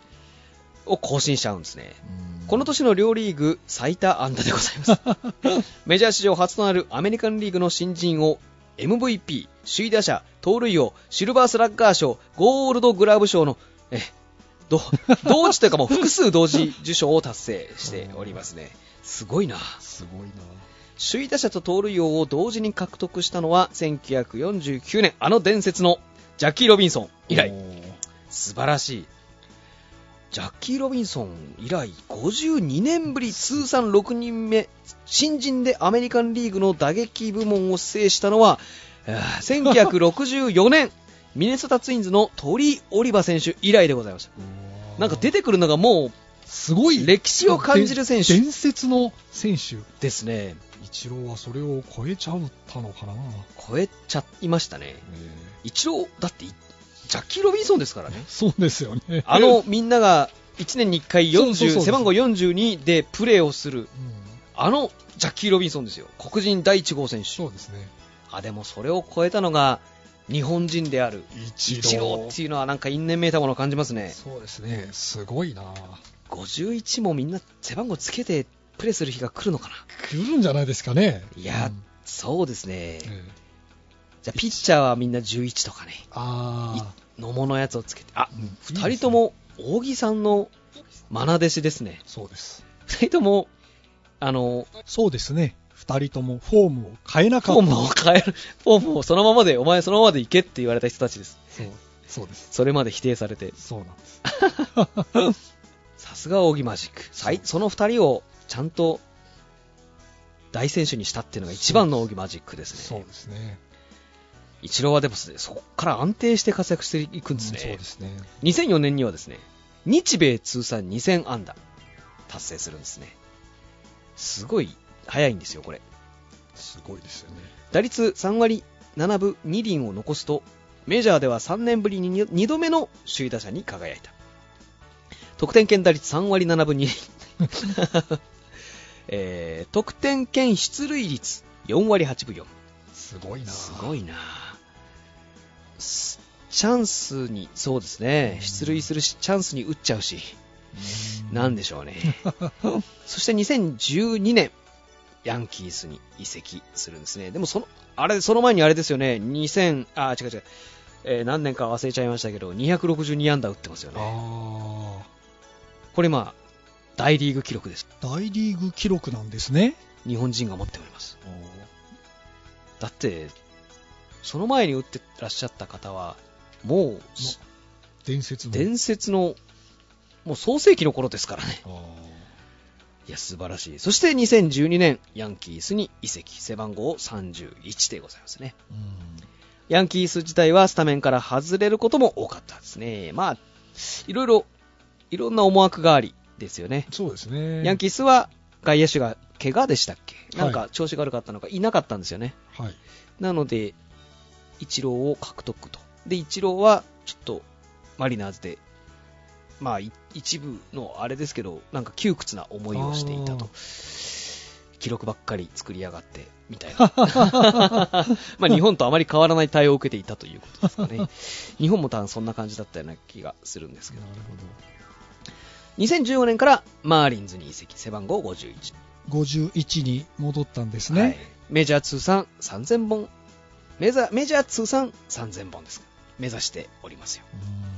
[SPEAKER 3] を更新しちゃうんですね。
[SPEAKER 2] うん
[SPEAKER 3] この年の両リーグ最多安打でございます。メジャー史上初となるアメリカンリーグの新人を MVP、首位打者、盗塁王、シルバースラッガー賞、ゴールドグラブ賞の、え、ど 同時というかもう複数同時受賞を達成しておりますね。すごいな。
[SPEAKER 2] すごいな。
[SPEAKER 3] 首位打者と盗塁王を同時に獲得したのは1949年、あの伝説のジャッキー・ロビンソン以来
[SPEAKER 2] お。ー
[SPEAKER 3] 素晴らしいジャッキー・ロビンソン以来52年ぶり通算6人目新人でアメリカンリーグの打撃部門を制したのはあー1964年 ミネソタツインズのトリー・オリバー選手以来でございましたなんか出てくるのがもう
[SPEAKER 2] すごい
[SPEAKER 3] 歴史を感じる選手
[SPEAKER 2] 伝説の選手。
[SPEAKER 3] ですね
[SPEAKER 2] イチローはそれを超えちゃったのかな。
[SPEAKER 3] 超えちゃいましたね
[SPEAKER 2] えー
[SPEAKER 3] 一郎だっていジャッキー・ロビンソンですからね
[SPEAKER 2] そうですよね。
[SPEAKER 3] あのみんなが1年に1回
[SPEAKER 2] そうそうそうそ
[SPEAKER 3] 40
[SPEAKER 2] う
[SPEAKER 3] 背番号42でプレーをする
[SPEAKER 2] うん、
[SPEAKER 3] あのジャッキー・ロビンソンですよ、黒人第1号選手、
[SPEAKER 2] そうですね。
[SPEAKER 3] あでもそれを超えたのが日本人である
[SPEAKER 2] 一
[SPEAKER 3] イチローっていうのは、なんか因縁めいたものを感じますね、
[SPEAKER 2] そうですね。すごいな。
[SPEAKER 3] 51もみんな背番号つけてプレーする日が来るのかな、
[SPEAKER 2] 来るんじゃないですかね。
[SPEAKER 3] いや
[SPEAKER 2] うん
[SPEAKER 3] そうですね、
[SPEAKER 2] え
[SPEAKER 3] じゃあピッチャーはみんな11とかね、
[SPEAKER 2] あ
[SPEAKER 3] 野茂のやつをつけて、あ、
[SPEAKER 2] うん
[SPEAKER 3] 2人とも大木さんの愛弟子ですね
[SPEAKER 2] あ。そうです
[SPEAKER 3] 2人とも、あの、
[SPEAKER 2] そうですね2人ともフォームを変えなか
[SPEAKER 3] フ
[SPEAKER 2] っ
[SPEAKER 3] ォー
[SPEAKER 2] た
[SPEAKER 3] ムを変える、フォームをそのままで、お前そのままでいけって言われた人たちです。
[SPEAKER 2] そうそうです
[SPEAKER 3] それまで否定されて、
[SPEAKER 2] そうなんです
[SPEAKER 3] さすが扇マジック。さいその2人をちゃんと大選手にしたっていうのが一番の扇マジックです
[SPEAKER 2] そう
[SPEAKER 3] ね。
[SPEAKER 2] ですね
[SPEAKER 3] 一郎はでもそこから安定して活躍していくんですね。
[SPEAKER 2] うんそうですね
[SPEAKER 3] 2004年にはですね、日米通算2000安打達成するんですね。すごい早いんですよ、これ。
[SPEAKER 2] すごいですよね
[SPEAKER 3] 打率3割7分2厘を残すと、メジャーでは3年ぶりに2度目の首位打者に輝いた。得点圏打率3割7分2厘。えー得点圏出塁率4割8分4。
[SPEAKER 2] すごいな
[SPEAKER 3] すごいなすチャンスに、そうですね、出塁するし、チャンスに打っちゃうし、
[SPEAKER 2] うん
[SPEAKER 3] なんでしょうね。そして2012年、ヤンキースに移籍するんですね。でもその、あれ、その前にあれですよね、2000、あ、違う違う、えー何年か忘れちゃいましたけど、262安打打ってますよね。
[SPEAKER 2] あ
[SPEAKER 3] これまあ、大リーグ記録です。
[SPEAKER 2] ー大リーグ記録なんですね
[SPEAKER 3] 日本人が持っております。だって、その前に打ってらっしゃった方は、もう、
[SPEAKER 2] 伝説の
[SPEAKER 3] 伝説の、もう創世紀の頃ですからね。
[SPEAKER 2] あ
[SPEAKER 3] いや、素晴らしい。そして2012年、ヤンキースに移籍。背番号31でございますね。
[SPEAKER 2] ーうん
[SPEAKER 3] ヤンキース自体はスタメンから外れることも多かったですね。まあ、いろいろ、いろんな思惑がありですよね。
[SPEAKER 2] そうですね
[SPEAKER 3] ヤンキースは外野手が怪我でしたっけ
[SPEAKER 2] は
[SPEAKER 3] ないんか調子が悪かったのか、いなかったんですよね。
[SPEAKER 2] はい
[SPEAKER 3] なので、イチローを獲得と。で、イチローは、ちょっと、マリナーズで、まあ、い一部のあれですけど、なんか窮屈な思いをしていたと
[SPEAKER 2] あ。
[SPEAKER 3] 記録ばっかり作りやがって、みたいな。 まあ、日本とあまり変わらない対応を受けていたということですか ね。日本も多分そんな感じだったような気がするんですけ
[SPEAKER 2] な
[SPEAKER 3] ど。
[SPEAKER 2] る
[SPEAKER 3] 2015年からマーリンズに移籍、背番号51。
[SPEAKER 2] ほど51に戻ったんですね、
[SPEAKER 3] はいメジャー通算3000本メザメジャー通算3000本です目指しておりますよ、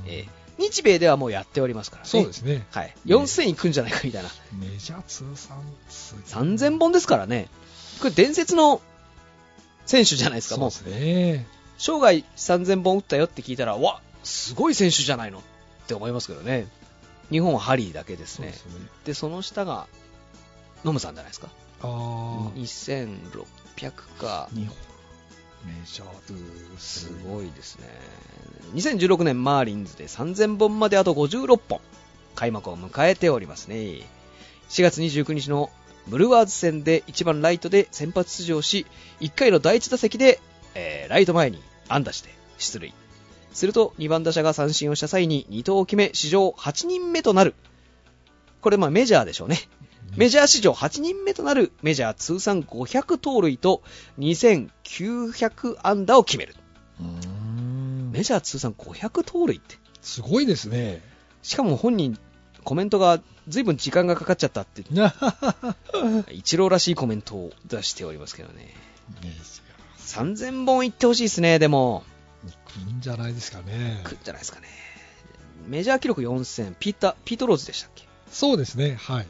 [SPEAKER 2] うん
[SPEAKER 3] えー日米ではもうやっておりますからね
[SPEAKER 2] そうですね
[SPEAKER 3] はい、4000いくんじゃないかみたいな
[SPEAKER 2] メジャー通算すごい
[SPEAKER 3] 3000本ですからねこれ伝説の選手じゃないですか
[SPEAKER 2] そう
[SPEAKER 3] もう
[SPEAKER 2] ですね
[SPEAKER 3] 生涯3000本打ったよって聞いたらうわすごい選手じゃないのって思いますけどね日本はハリーだけです
[SPEAKER 2] そう
[SPEAKER 3] ね
[SPEAKER 2] ですね
[SPEAKER 3] でその下がノムさんじゃないですか
[SPEAKER 2] ああ
[SPEAKER 3] 2600か
[SPEAKER 2] 日本メジャー通
[SPEAKER 3] すごいですね。2016年マーリンズで3000本まであと56本。開幕を迎えておりますね。4月29日のブルワーズ戦で1番ライトで先発出場し、1回の第1打席で、えーライト前に安打して出塁。すると2番打者が三振をした際に2投を決め、史上8人目となる。これまあメジャーでしょうね。メジャー史上8人目となるメジャー通算500盗塁と2900安打を決める。
[SPEAKER 2] うーん
[SPEAKER 3] メジャー通算500盗塁って。
[SPEAKER 2] すごいですね
[SPEAKER 3] しかも本人、コメントが随分時間がかかっちゃったって、
[SPEAKER 2] な
[SPEAKER 3] 一郎らしいコメントを出しておりますけどね。
[SPEAKER 2] メジ
[SPEAKER 3] 3000本いってほしいですね、でも。
[SPEAKER 2] ャーいくんじゃないですかね
[SPEAKER 3] くんじゃないですかね。メジャー記録4000、ピータ、ピートローズでしたっけ
[SPEAKER 2] そうですねはい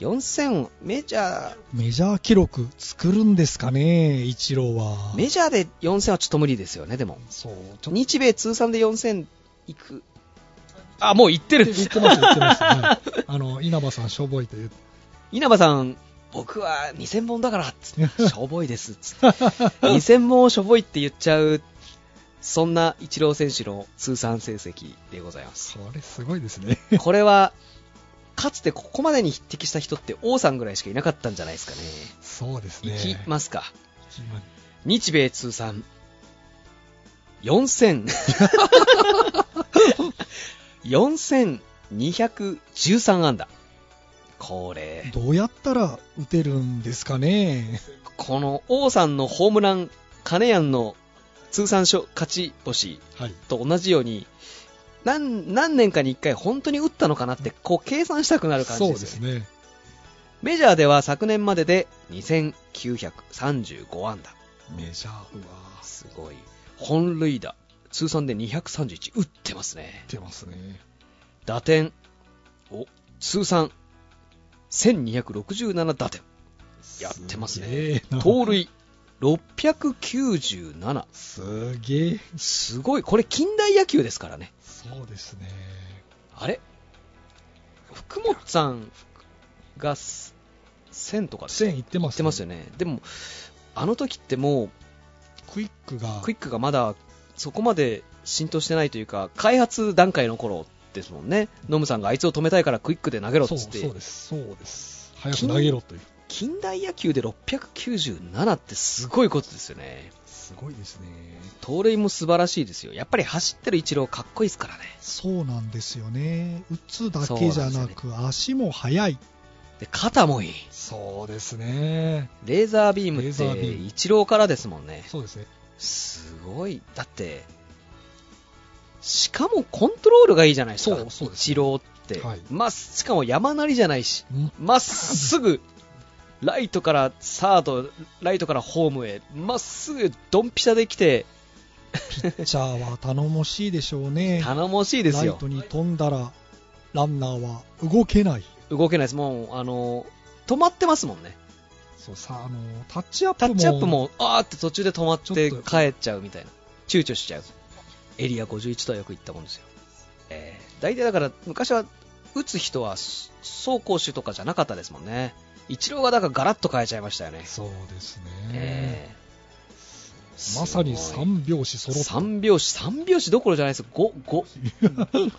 [SPEAKER 3] ?4000、メジャー、
[SPEAKER 2] メジャー記録作るんですかねイチローは
[SPEAKER 3] メジャーで4000はちょっと無理ですよね、でも。
[SPEAKER 2] そうちょっと
[SPEAKER 3] 日米通算で4000いく。あ、もういってる。
[SPEAKER 2] 言ってます言ってます、 はい、あの稲葉さんしょぼいと言って
[SPEAKER 3] 稲葉さん、僕は2000本だからっつって、しょぼいですっつって、2000本をしょぼいって言っちゃう、そんなイチロー選手の通算成績でござ います。
[SPEAKER 2] それすごいですね
[SPEAKER 3] これは、かつてここまでに匹敵した人って王さんぐらいしかいなかったんじゃないですかね。
[SPEAKER 2] そうですね
[SPEAKER 3] いきますか。
[SPEAKER 2] いきま
[SPEAKER 3] 日米通算4000 4213安打。これ。
[SPEAKER 2] どうやったら打てるんですかね
[SPEAKER 3] この王さんのホームラン、金谷の通算勝ち星
[SPEAKER 2] はい
[SPEAKER 3] と同じように、何何年かに1回本当に打ったのかなって、こう計算したくなる感じ
[SPEAKER 2] そう
[SPEAKER 3] で
[SPEAKER 2] です
[SPEAKER 3] よね
[SPEAKER 2] すね
[SPEAKER 3] メジャーでは昨年までで2935安打。
[SPEAKER 2] メジャー、うわー
[SPEAKER 3] すごい。本塁打、通算で231、打ってますね。
[SPEAKER 2] 出ますね。
[SPEAKER 3] 打点、お、通算、1267打点。やってますね。
[SPEAKER 2] げえな
[SPEAKER 3] 盗塁、697。
[SPEAKER 2] すげえ。
[SPEAKER 3] すごい。これ近代野球ですからね。
[SPEAKER 2] そうですね。
[SPEAKER 3] あれ福本さんがす1000とかですか
[SPEAKER 2] 線いってま
[SPEAKER 3] 言っ
[SPEAKER 2] す、
[SPEAKER 3] てますよね。でも、あの時ってもう、
[SPEAKER 2] クイックが、
[SPEAKER 3] クイックがまだそこまで浸透してないというか、開発段階の頃ですもんね、ノムさんがあいつを止めたいからクイックで投げろっ
[SPEAKER 2] そう
[SPEAKER 3] つっ
[SPEAKER 2] そう
[SPEAKER 3] て、
[SPEAKER 2] です。そうです。早く投げろという。
[SPEAKER 3] 近代野球で697ってすごいことですよね、
[SPEAKER 2] すごいですね。
[SPEAKER 3] 盗塁も素晴らしいですよ、やっぱり走ってる一郎、かっこいいですからね、
[SPEAKER 2] そうなんですよね。打つだけじゃなく、足も速い。
[SPEAKER 3] で肩もいい、
[SPEAKER 2] そうですね。
[SPEAKER 3] レーザービーム
[SPEAKER 2] レー
[SPEAKER 3] っ
[SPEAKER 2] ザー
[SPEAKER 3] て、
[SPEAKER 2] ビーム
[SPEAKER 3] 一郎からですもんね、
[SPEAKER 2] そうですね。
[SPEAKER 3] すごい、だって、しかもコントロールがいいじゃないですか、
[SPEAKER 2] そうそうですね
[SPEAKER 3] 一郎って、
[SPEAKER 2] はい
[SPEAKER 3] まあ、しかも山なりじゃないし。
[SPEAKER 2] うん
[SPEAKER 3] まっ すぐ、ライトからサード、ライトからホームへ、まっすぐドンピシャで来て、
[SPEAKER 2] ピッチャーは頼もしいでしょうね。
[SPEAKER 3] 頼もしいです
[SPEAKER 2] ライ
[SPEAKER 3] よ
[SPEAKER 2] ト。に飛んだら、ランナーは動けない。
[SPEAKER 3] 動けないです。もう、あの、止まってますもんね。
[SPEAKER 2] そうさあのタッチアップ
[SPEAKER 3] タ
[SPEAKER 2] も
[SPEAKER 3] ッチアップも、あーって途中で止まっ
[SPEAKER 2] ち
[SPEAKER 3] て
[SPEAKER 2] ょっと
[SPEAKER 3] 帰っちゃうみたいな。躊躇しちゃう。エリア51とはよく言ったもんですよ。えー、大体だから、昔は、打つ人は、そ走攻守とかじゃなかったですもんね。一郎がだからガラッと変えちゃいましたよね。
[SPEAKER 2] そうですね、
[SPEAKER 3] えー
[SPEAKER 2] まさに
[SPEAKER 3] すごい
[SPEAKER 2] 三拍子揃った
[SPEAKER 3] 三拍子、三拍子どころじゃないですよ、5、5、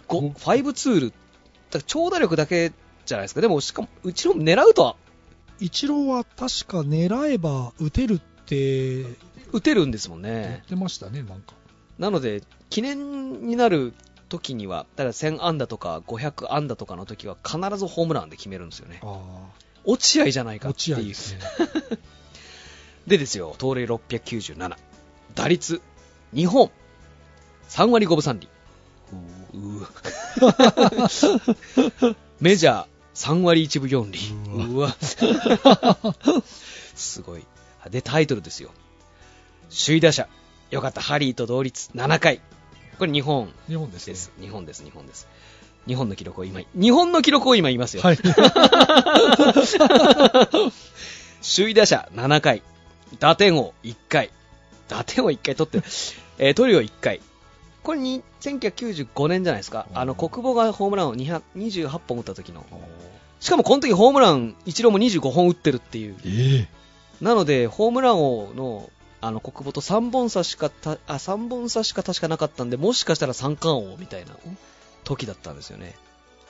[SPEAKER 3] 5、ファイブツール、だから長打力だけじゃないですか、でもしかも、うちの狙うとは
[SPEAKER 2] 一郎は確か狙えば打てるって
[SPEAKER 3] 打てるんですもん
[SPEAKER 2] 言
[SPEAKER 3] ね
[SPEAKER 2] っ、てましたねなんか
[SPEAKER 3] なので、記念になる時には、だから1000安打とか500安打とかの時は、必ずホームランで決めるんですよね、
[SPEAKER 2] あ
[SPEAKER 3] 落合じゃない
[SPEAKER 2] あ
[SPEAKER 3] かって
[SPEAKER 2] 落合
[SPEAKER 3] い
[SPEAKER 2] で
[SPEAKER 3] う、
[SPEAKER 2] すね
[SPEAKER 3] でですよ、盗塁697、打率2本、3割5分3厘。うー メジャー3割1分4厘。うわ。 すごい。で、タイトルですよ。首位打者。よかった、ハリーと同率7回。これ日本
[SPEAKER 2] 日本ですね
[SPEAKER 3] です。日本です、日本です。日本の記録を今、日本の記録を今言いますよ。
[SPEAKER 2] はい
[SPEAKER 3] 首位打者7回、打点王1回、打点王1回取ってる、 えートリオ1回。これに、1995年じゃないですか。あの、国母がホームランを200 28本打った時の。しかもこの時ホームラン、一郎も25本打ってるっていう。
[SPEAKER 2] ええ
[SPEAKER 3] なので、ホームラン王の、あの、国母と3本差しかた、あ、3本差しか確かなかったんで、もしかしたら三冠王みたいな時だったんですよね。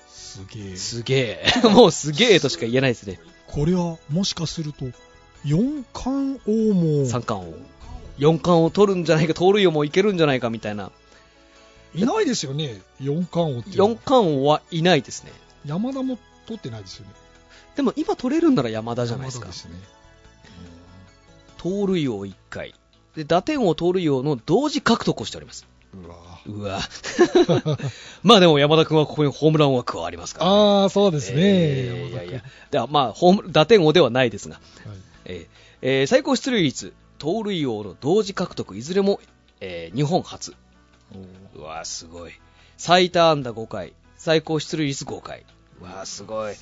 [SPEAKER 2] すげえ
[SPEAKER 3] すげえ。 もうすげえとしか言えないですね。
[SPEAKER 2] これはもしかすると四冠王も
[SPEAKER 3] 三冠王。四冠を取るんじゃないか、盗塁王もいけるんじゃないかみたいな。
[SPEAKER 2] いないですよね四冠王っていうのは
[SPEAKER 3] 四冠王はいないですね。
[SPEAKER 2] 山田も取ってないですよね
[SPEAKER 3] でも今取れるんなら山田じゃないですか
[SPEAKER 2] 山田。ね
[SPEAKER 3] 盗塁王1回。で、打点王、盗塁王の同時獲得をしております。
[SPEAKER 2] うんうわ
[SPEAKER 3] うわ。まあでも山田君はここにホームランは加わりますから、
[SPEAKER 2] ああそうですね、
[SPEAKER 3] えーい
[SPEAKER 2] 山
[SPEAKER 3] や
[SPEAKER 2] 田
[SPEAKER 3] い
[SPEAKER 2] 君
[SPEAKER 3] や。ではまあ、ホーム、打点王ではないですが。
[SPEAKER 2] はい
[SPEAKER 3] えーえー最高出塁率、盗塁王の同時獲得、いずれも、えー日本初。うわーすごい。最多安打5回、最高出塁率5回。うわーすごい。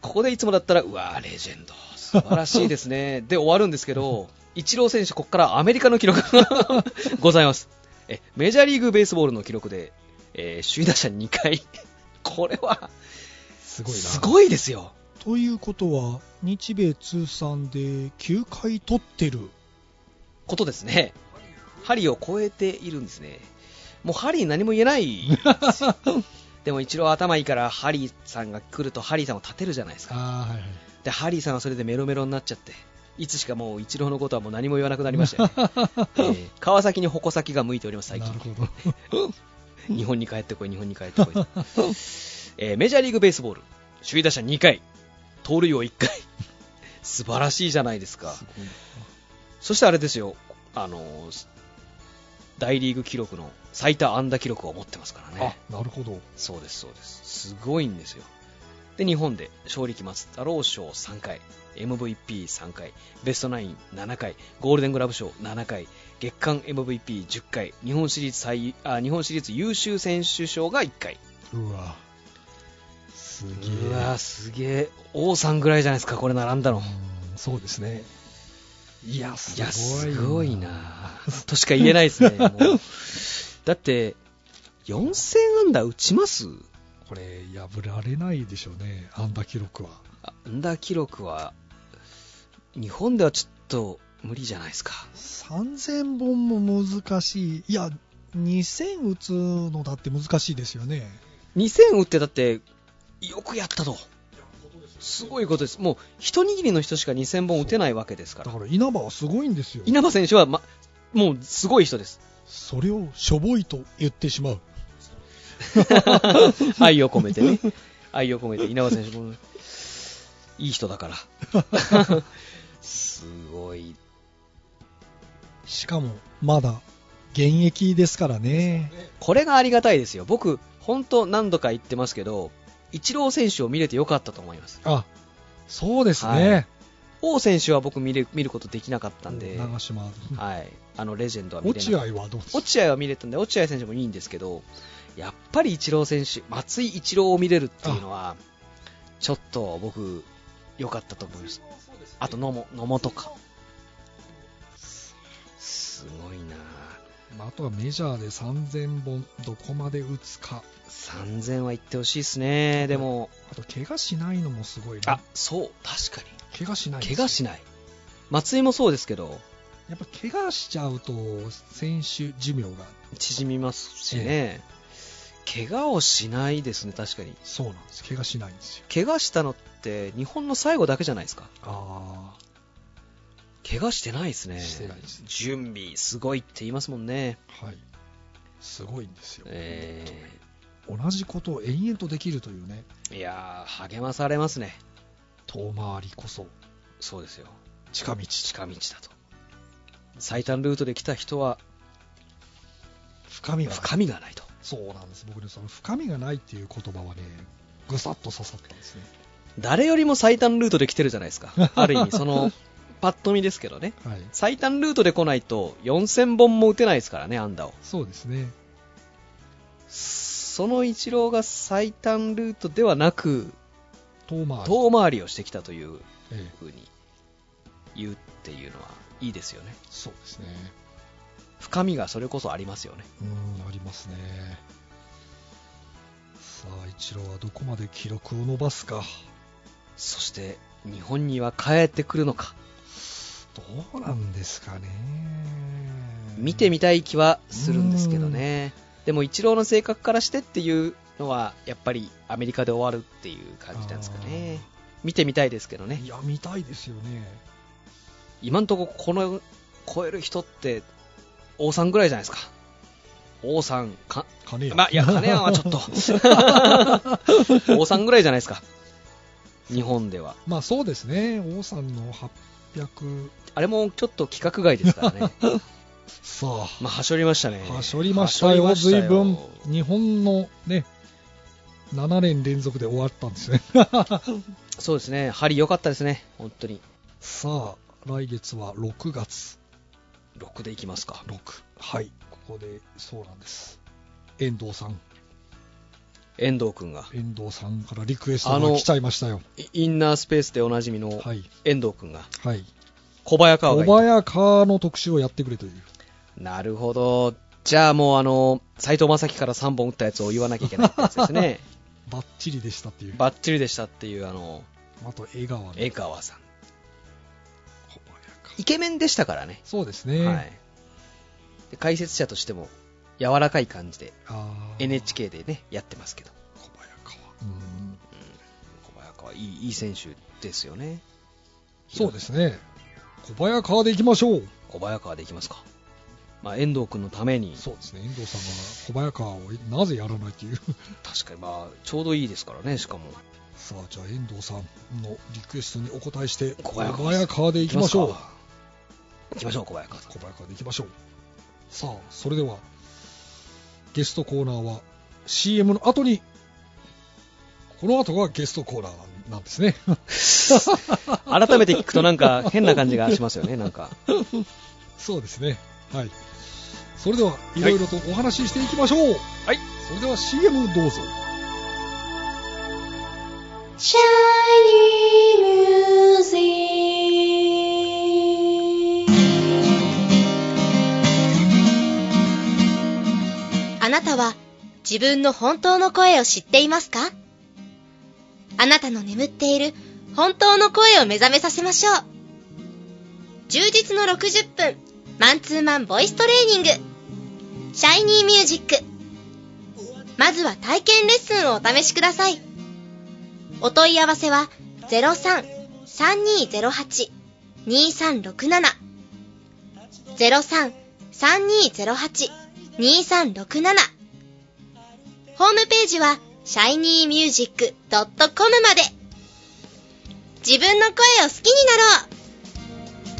[SPEAKER 3] ここでいつもだったら、うわーレジェンド。素晴らしいですね。 で、終わるんですけど、イチロー選手、ここからアメリカの記録が ございます。え、メジャーリーグベースボールの記録で、えー首位打者2回。これは、
[SPEAKER 2] すごいな
[SPEAKER 3] すごいですよ。
[SPEAKER 2] ということは日米通算で9回取ってる
[SPEAKER 3] ことですね。ハリーを超えているんですね。もうハリー何も言えない。 でも一郎頭いいからハリーさんが来るとハリーさんを立てるじゃないですか。
[SPEAKER 2] ああはいはい
[SPEAKER 3] で、ハリーさんはそれでメロメロになっちゃって、いつしかもう一郎のことはもう何も言わなくなり ましたよね、えー川崎に矛先が向いております、最
[SPEAKER 2] な
[SPEAKER 3] 近
[SPEAKER 2] る。ほど
[SPEAKER 3] 日本に帰ってこい、日本に帰ってこ い。えーメジャーリーグベースボール、首位打者2回、盗塁王1回。 素晴らしいじゃないですか。そしてあれですよ、あのー大リーグ記録の 最多安打記録を持ってますからね。
[SPEAKER 2] あなるほど
[SPEAKER 3] そうです、そうです。すごいんですよ。で、日本で勝利期末太郎賞3回、MVP3 回、ベストナイン7回、ゴールデングラブ賞7回、月間 MVP10 回、日本シリーズ最あ日本シリーズ優秀選手賞が1回。
[SPEAKER 2] うわすげえ
[SPEAKER 3] うわすげえ。王さんぐらいじゃないですか、これ並んだの。
[SPEAKER 2] うんそうですねいやす
[SPEAKER 3] いや、
[SPEAKER 2] ごい
[SPEAKER 3] すごいなとしか言えないですね。も うだって、4000安打打ちます
[SPEAKER 2] これ破られないでしょうね安打記録は
[SPEAKER 3] あアンダー記録は、日本ではちょっと無理じゃないですか。
[SPEAKER 2] 3000本も難しいいや2000打つのだって難しいですよね
[SPEAKER 3] 2000打ってだって、よくやったと。すごいことです。もう、一握りの人しか2000本打てないわけですか
[SPEAKER 2] だ
[SPEAKER 3] ら。
[SPEAKER 2] から稲葉はすごいんですよ
[SPEAKER 3] 稲葉選手は、ま、もう、すごい人です。
[SPEAKER 2] それをしょぼいと言ってしまう
[SPEAKER 3] 愛を込めてね。愛を込めて、稲葉選手も、いい人だから。すごい。
[SPEAKER 2] しかもまだ現役ですからね
[SPEAKER 3] これがありがたいですよ。僕、本当何度か言ってますけど、イチロー選手を見れてよかったと思います。
[SPEAKER 2] あそうです
[SPEAKER 3] は
[SPEAKER 2] ね、
[SPEAKER 3] 王選手は僕見れ見ることできなかったんで、
[SPEAKER 2] 長島、
[SPEAKER 3] はい、あのレジェンドは見れな
[SPEAKER 2] 落
[SPEAKER 3] か
[SPEAKER 2] 合
[SPEAKER 3] った
[SPEAKER 2] はどうですか
[SPEAKER 3] 落合は見れたんで、落合選手もいいんですけど、やっぱりイチロー選手、松井イチローを見れるっていうのは、ちょっと僕、良かったと思います。あと野茂、野茂とか。すごいな
[SPEAKER 2] まあ、あとはメジャーで3000本どこまで打つか
[SPEAKER 3] 3000はいってほしいですね、でも、
[SPEAKER 2] あと怪我しないのもすごいね
[SPEAKER 3] あそう、確か
[SPEAKER 2] 怪我しないん
[SPEAKER 3] に、
[SPEAKER 2] です
[SPEAKER 3] 怪我しない、松井もそうですけど、
[SPEAKER 2] やっぱ怪我しちゃうと選手寿命が
[SPEAKER 3] 縮みますしね、怪我をしないですね、確かに。
[SPEAKER 2] そうなんです怪我しないんですよ
[SPEAKER 3] 怪我したのって日本の最後だけじゃないですか。
[SPEAKER 2] あ
[SPEAKER 3] 怪我してないですね。
[SPEAKER 2] してないです
[SPEAKER 3] 準備すごいって言いますもんね。
[SPEAKER 2] あはいすごいんですよ、
[SPEAKER 3] え
[SPEAKER 2] 同じことを延々とできるというね
[SPEAKER 3] ー、いやー、励まされますね。
[SPEAKER 2] 遠回りこそ
[SPEAKER 3] そうですよ。
[SPEAKER 2] 近道
[SPEAKER 3] 近道だと。最短ルートで来た人は
[SPEAKER 2] 深みがない
[SPEAKER 3] 深みがないと。
[SPEAKER 2] そうなんです僕ねその深みがないっていう言葉はねぐさっと刺さったんですね
[SPEAKER 3] 誰よりも最短ルートで来てるじゃな いですか。ある意味、その、パッと見ですけどね。
[SPEAKER 2] はい
[SPEAKER 3] 最短ルートで来ないと4000本も打てないですからね、アンダーを。
[SPEAKER 2] そうですね
[SPEAKER 3] そのイチローが最短ルートではなく、
[SPEAKER 2] 遠回り
[SPEAKER 3] 遠回りをしてきたという
[SPEAKER 2] ええ
[SPEAKER 3] 風に言うっていうのはいいですよね。
[SPEAKER 2] そうですね
[SPEAKER 3] 深みがそれこそありますよね。
[SPEAKER 2] うんありますねさあ一郎はどこまで記録を伸ばすか
[SPEAKER 3] そして、日本には帰ってくるのか、
[SPEAKER 2] どうなんですかね
[SPEAKER 3] 見てみたい気はするんですけどね。でも、イチローの性格からしてっていうのは、やっぱりアメリカで終わるっていう感じなんですかね。見てみたいですけどね
[SPEAKER 2] い。や見たいですよね
[SPEAKER 3] 今んとこ、この、超える人って、王さんぐらいじゃないですか。王さん、か、
[SPEAKER 2] 金谷
[SPEAKER 3] まあ、いや、金谷はちょっ と。王さんぐらいじゃないですか。日本では。
[SPEAKER 2] まあそうですね王さんの800
[SPEAKER 3] あれもちょっと規格外ですから ね。
[SPEAKER 2] さあ
[SPEAKER 3] まあ、はしょりましたね。
[SPEAKER 2] はしょりましたよ、
[SPEAKER 3] はしょ
[SPEAKER 2] 随
[SPEAKER 3] りましたよ
[SPEAKER 2] 分、日本のね、7年連続で終わったんですね。
[SPEAKER 3] そうですね、針良かったですね、本当に。
[SPEAKER 2] さあ、来月は6月
[SPEAKER 3] 6でいきますか。
[SPEAKER 2] 6、はい、ここでそうなんです。遠藤さん、
[SPEAKER 3] 遠藤君が。
[SPEAKER 2] 遠藤さんからリクエスト
[SPEAKER 3] あ
[SPEAKER 2] が
[SPEAKER 3] の
[SPEAKER 2] 来ちゃいましたよ。
[SPEAKER 3] イインナースペースでおなじみの
[SPEAKER 2] はい、
[SPEAKER 3] 遠藤君が。
[SPEAKER 2] はい、
[SPEAKER 3] 小早川
[SPEAKER 2] 小
[SPEAKER 3] がい
[SPEAKER 2] 早川の特集をやってくれという、
[SPEAKER 3] い。なるほど。じゃあもうあの、斎藤正樹から3本打ったやつを言わなきゃいけないってやつで すね。
[SPEAKER 2] ばっちりでしたっていう、
[SPEAKER 3] バッチリでしたっていうあの、
[SPEAKER 2] あと江川の小早
[SPEAKER 3] 江川さん。
[SPEAKER 2] 川。
[SPEAKER 3] イケメンでしたからね。
[SPEAKER 2] そうですね、
[SPEAKER 3] はい。で解説者としても、柔らかい感じで、
[SPEAKER 2] あー
[SPEAKER 3] NHK でね、やってますけど。
[SPEAKER 2] 小早川、うん、
[SPEAKER 3] 小早川、いい、いい選手ですよね。
[SPEAKER 2] そうですね、小早川でいきましょう。
[SPEAKER 3] 小早川でいきますか、まあ、遠藤君のために
[SPEAKER 2] そうですね、遠藤さんが小早川をなぜやらないという、
[SPEAKER 3] 確かに、まあ、ちょうどいいですからねしかも
[SPEAKER 2] さあ、じゃあ、遠藤さんのリクエストにお答えして、
[SPEAKER 3] 小
[SPEAKER 2] 小
[SPEAKER 3] 早
[SPEAKER 2] 早
[SPEAKER 3] 川
[SPEAKER 2] 川でいきましょう、
[SPEAKER 3] 行きましょう小早川さん
[SPEAKER 2] 小早川でいきましょう。さあ、それでは、ゲストコーナーは CM の後に、ここの後がゲストコーナーなんですね。
[SPEAKER 3] 改めて聞くとなんか変な感じがしますよね、なんか。
[SPEAKER 2] そうですね。はい。それでは、いろいろとお話ししていきましょう。
[SPEAKER 3] はい。
[SPEAKER 2] それでは CM どうぞ。
[SPEAKER 4] Shiny music. あなたは自分の本当の声を知っていますかあなたの眠っている本当の声を目覚めさせましょう。充実の60分、マンツーマンボイストレーニング。シャイニーミュージック。まずは体験レッスンをお試しください。お問い合わせは03-3208-2367 03-3208-2367ホームページは shinymusic.com まで自分の声を好きになろ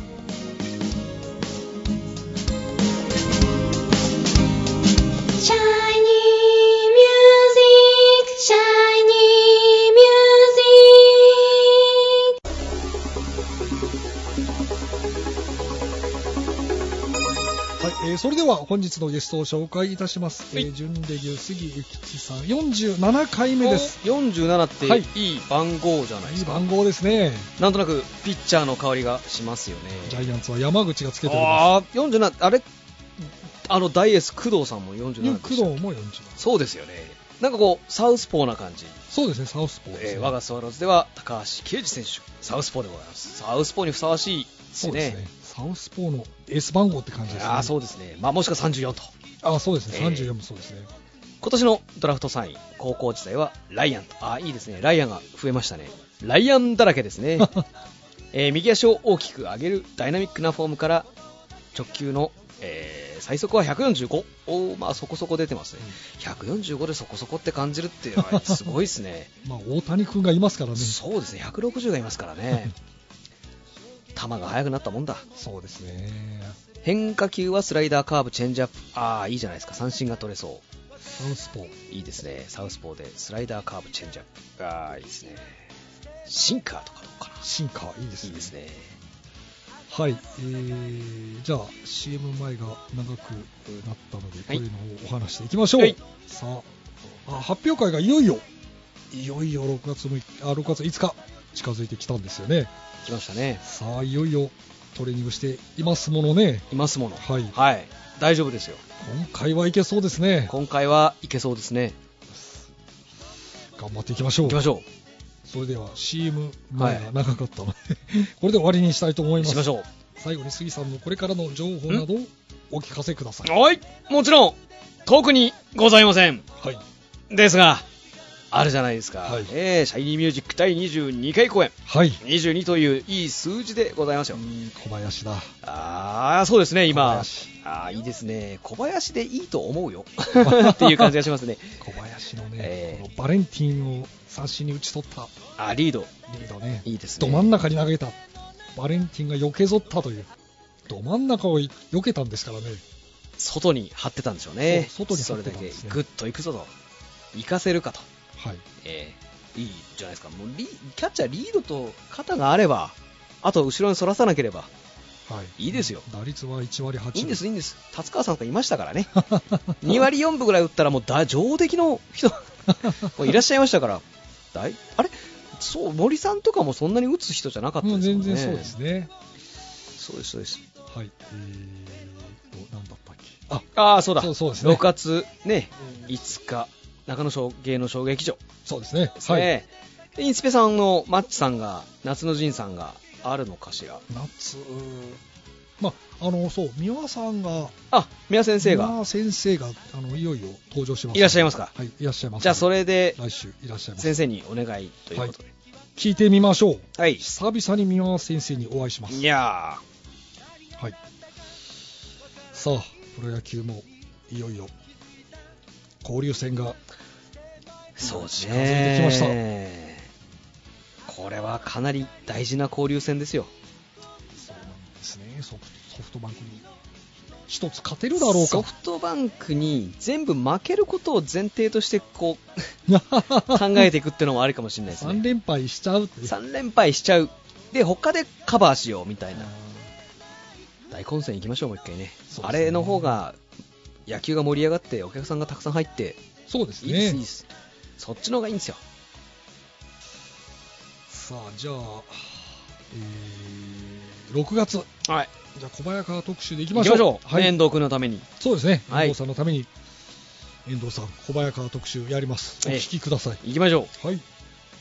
[SPEAKER 4] うシャイニーミュージック、シャイニーミュージック。
[SPEAKER 2] はい、えーそれでは本日のゲストを紹介いたします。えー、準レギュ杉ゆきちさん、47回目です。
[SPEAKER 3] 47って
[SPEAKER 2] はい
[SPEAKER 3] いい番号じゃないで
[SPEAKER 2] いい
[SPEAKER 3] すか。
[SPEAKER 2] 番号ですね。
[SPEAKER 3] なんとなくピッチャーの香りがしますよね。
[SPEAKER 2] ジャイアンツは山口がつけておりま
[SPEAKER 3] ああ、47、あれ、あのダイエス工藤さんも47
[SPEAKER 2] す。
[SPEAKER 3] で
[SPEAKER 2] ニュ
[SPEAKER 3] した
[SPEAKER 2] ークドンも40。
[SPEAKER 3] そうですよね。なんかこう、サウスポーな感じ。
[SPEAKER 2] そうですね、サウスポーです
[SPEAKER 3] えー
[SPEAKER 2] ね。
[SPEAKER 3] 我がスワローズでは高橋奎二選手、サウスポーでございます。サウスポーにふさわしいです
[SPEAKER 2] そう
[SPEAKER 3] ね。
[SPEAKER 2] ですね。サウスポーのエース番号って感じですね。
[SPEAKER 3] ああ、そうですね。まあ、もしくは34と。
[SPEAKER 2] あそうですね、
[SPEAKER 3] ええ
[SPEAKER 2] 34もそうですね。
[SPEAKER 3] 今年のドラフト3位、高校時代はライアンと。ああ、いいですね。ライアンが増えましたね。ライアンだらけで すね。えー右足を大きく上げるダイナミックなフォームから直球の、えー最速は145おーまあそこそこ出てますね、145でそこそこって感じるっていうのはすごいですね
[SPEAKER 2] まあ、大谷君がいますからね。
[SPEAKER 3] そうですね160がいますからね球が速くなったもんだ
[SPEAKER 2] そうですね。
[SPEAKER 3] 変化球はスライダーカーブチェンジアップああいいじゃないですか三振が取れそ
[SPEAKER 2] サウスポー。
[SPEAKER 3] ういいですねサウスポーでスライダーカーブチェンジアップああいいですねシンカーとかどうかな
[SPEAKER 2] 進化いいです
[SPEAKER 3] い
[SPEAKER 2] ね。
[SPEAKER 3] いですね
[SPEAKER 2] はい、えー、じゃあ CM 前が長くなったので、
[SPEAKER 3] は
[SPEAKER 2] こう
[SPEAKER 3] い
[SPEAKER 2] いうのをお話していきましょう。
[SPEAKER 3] はい
[SPEAKER 2] さああ発表会がいよいよ、いよいよ6月 ,6 日あ6月5日近づいてきたんですよね。
[SPEAKER 3] 来ましたね
[SPEAKER 2] さあ、いよいよトレーニングしていますものね。
[SPEAKER 3] いますもの
[SPEAKER 2] はい
[SPEAKER 3] はい、大丈夫ですよ
[SPEAKER 2] 今回はいけそうですね。
[SPEAKER 3] 今回はいけそうですね。
[SPEAKER 2] 頑張っていきましょう
[SPEAKER 3] 行き。ましょ。
[SPEAKER 2] それでは CM 前が長かったので、 これで終わりにしたいと思いうます。
[SPEAKER 3] しましょう。
[SPEAKER 2] 最後に杉さんのこれからの情報などをお聞かせください。
[SPEAKER 3] はい、もちろん、特にございません。
[SPEAKER 2] はい。
[SPEAKER 3] ですが、あるじゃないですか。
[SPEAKER 2] はい
[SPEAKER 3] えーシャイニーミュージック第22回公演。
[SPEAKER 2] はい。
[SPEAKER 3] 22といういい数字でございますよ。
[SPEAKER 2] うん小林だ。
[SPEAKER 3] ああ、そうですね、
[SPEAKER 2] 小
[SPEAKER 3] 今。
[SPEAKER 2] 林
[SPEAKER 3] ああ、いいですね。小林でいいと思うよ。 っていう感じがしますね。
[SPEAKER 2] 小林のね、
[SPEAKER 3] ええ
[SPEAKER 2] このバレンティンを三振に打ち取った
[SPEAKER 3] あーリード、
[SPEAKER 2] リードね、
[SPEAKER 3] いいですね。
[SPEAKER 2] ど真ん中に投げた、バレンティンが避けぞったという、ど真ん中を避けたんですからね、
[SPEAKER 3] 外に張ってたんでしょうね。
[SPEAKER 2] そう外に張ってたんですね
[SPEAKER 3] それだけ、グッと行くぞと。行かせるかと。
[SPEAKER 2] はい、
[SPEAKER 3] えーいいじゃないですかもうリ、キャッチャーリードと肩があれば、あと後ろにそらさなければ、
[SPEAKER 2] はい、
[SPEAKER 3] いいですよ
[SPEAKER 2] 打率は1割8分、
[SPEAKER 3] いいんです、いいんです、達川さんとかいましたからね、2割4分ぐらい打ったら、もうだ上出来の 人もういらっしゃいましたから、だいあれそう、森さんとかもそんなに打つ人じゃなかった
[SPEAKER 2] もう
[SPEAKER 3] ですもん
[SPEAKER 2] 全
[SPEAKER 3] ね、
[SPEAKER 2] 然そうですね、
[SPEAKER 3] そうです、そうです、
[SPEAKER 2] はい、えーと、なんだったっけ、あ
[SPEAKER 3] ああ、そうだ、
[SPEAKER 2] そうそうですね
[SPEAKER 3] 6月、ね、5日、中野小芸能小劇場、
[SPEAKER 2] そうですね、
[SPEAKER 3] です
[SPEAKER 2] はい、
[SPEAKER 3] ね、でインスペさんのマッチさんが、夏の陣さんがあるのかしら。
[SPEAKER 2] 夏、まあ、あの、そう、三輪さんが、
[SPEAKER 3] あ、宮先生が
[SPEAKER 2] 三。輪先生があのいよいよ登場します、
[SPEAKER 3] いらっしゃいますか
[SPEAKER 2] はい、いらっしゃいます、
[SPEAKER 3] じゃあそれで
[SPEAKER 2] 来週いらっしゃいます
[SPEAKER 3] 先。生にお願いということで。
[SPEAKER 2] 聞いてみましょう。
[SPEAKER 3] はい。
[SPEAKER 2] 久々に三輪先生にお会いします
[SPEAKER 3] い、。や
[SPEAKER 2] はい、さあ、プロ野球もいよいよ交流戦が、
[SPEAKER 3] ー、そうです
[SPEAKER 2] 近づいてきました
[SPEAKER 3] ね。これはかなり大事な交流戦ですよ。
[SPEAKER 2] そうなんですね、ソフソフトバンクに一つ勝てるだろう
[SPEAKER 3] ソ
[SPEAKER 2] か
[SPEAKER 3] フトバンクに全部負けることを前提としてこう考えていくっていうのもありかもしれないです
[SPEAKER 2] 3
[SPEAKER 3] ね
[SPEAKER 2] 連敗しちゃうっていう
[SPEAKER 3] 3連敗しちゃうで他でカバーしようみたいな大混戦行きましょうもう一回ね
[SPEAKER 2] そうですね
[SPEAKER 3] あれの方が野球が盛り上がってお客さんがたくさん入って
[SPEAKER 2] そうです
[SPEAKER 3] いいです、いい
[SPEAKER 2] ね
[SPEAKER 3] ですそっちの方がいいんですよ
[SPEAKER 2] さあじゃあ、えー6月
[SPEAKER 3] はい
[SPEAKER 2] じゃあ小早川特集でいき
[SPEAKER 3] 行
[SPEAKER 2] ま
[SPEAKER 3] き
[SPEAKER 2] しょ
[SPEAKER 3] ま
[SPEAKER 2] う
[SPEAKER 3] しょう、
[SPEAKER 2] はい
[SPEAKER 3] 遠藤君のために
[SPEAKER 2] そうですね
[SPEAKER 3] は
[SPEAKER 2] 遠
[SPEAKER 3] い
[SPEAKER 2] 藤さんのために、遠藤さん小早川特集やりますお
[SPEAKER 3] ええ
[SPEAKER 2] 聞きください、
[SPEAKER 3] 行きましょう
[SPEAKER 2] はい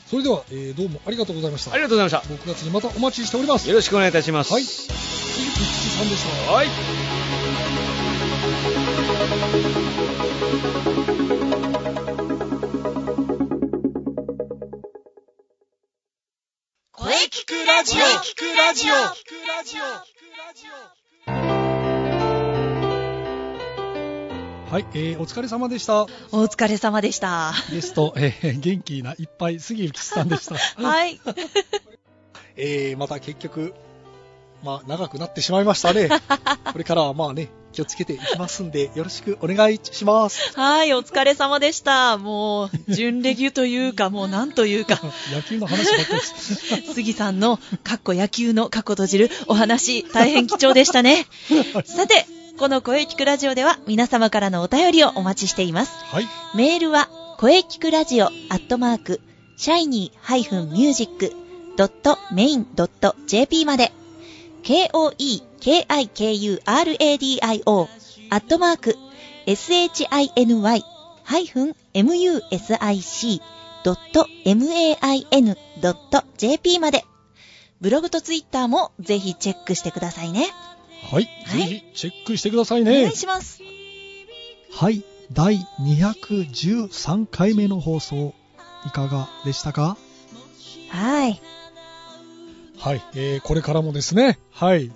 [SPEAKER 2] それでは、えーどうもありがとうございました
[SPEAKER 3] ありがとうございまし
[SPEAKER 2] 6月にまたお待ちしております
[SPEAKER 3] たよろしくお願いいたします
[SPEAKER 2] はい鈴木吉さんでした
[SPEAKER 3] はい
[SPEAKER 1] 声聞くラジオ聞くラジオ
[SPEAKER 2] はい、えーお疲れ様でした。
[SPEAKER 4] お疲れ様でした。
[SPEAKER 2] ゲスト、えー元気ないっぱい杉浦吉さんでした。
[SPEAKER 4] はい。
[SPEAKER 2] えーまた結局、まあ、長くなってしまいました ね。これからはまあね、気をつけていきますんで、よろしくお願いします。
[SPEAKER 4] はい、お疲れ様でした。もう、準レギュというか、もうなんというか、
[SPEAKER 2] 野球の話ばっかりです。
[SPEAKER 4] 杉さんの、かっこ野球のかっこ閉じるお話、大変貴重でしたね。さて、この声聞くラジオでは、皆様からのお便りをお待ちしています。
[SPEAKER 2] はい、
[SPEAKER 4] メールは、声聞くラジオアットマーク、shiny-music.main.jp まで、k-o-e-k-i-k-u-r-a-d-i-o アットマーク、shiny-music.main.jp まで、ブログとツイッターもぜひチェックしてくださいね。
[SPEAKER 2] はい、
[SPEAKER 4] はい
[SPEAKER 2] ぜひチェックしてください
[SPEAKER 4] お願
[SPEAKER 2] ね
[SPEAKER 4] い。します。
[SPEAKER 2] はい、第213回目の放送、いかがでしたか
[SPEAKER 4] はい。
[SPEAKER 2] はい、えーこれからもですね、はい、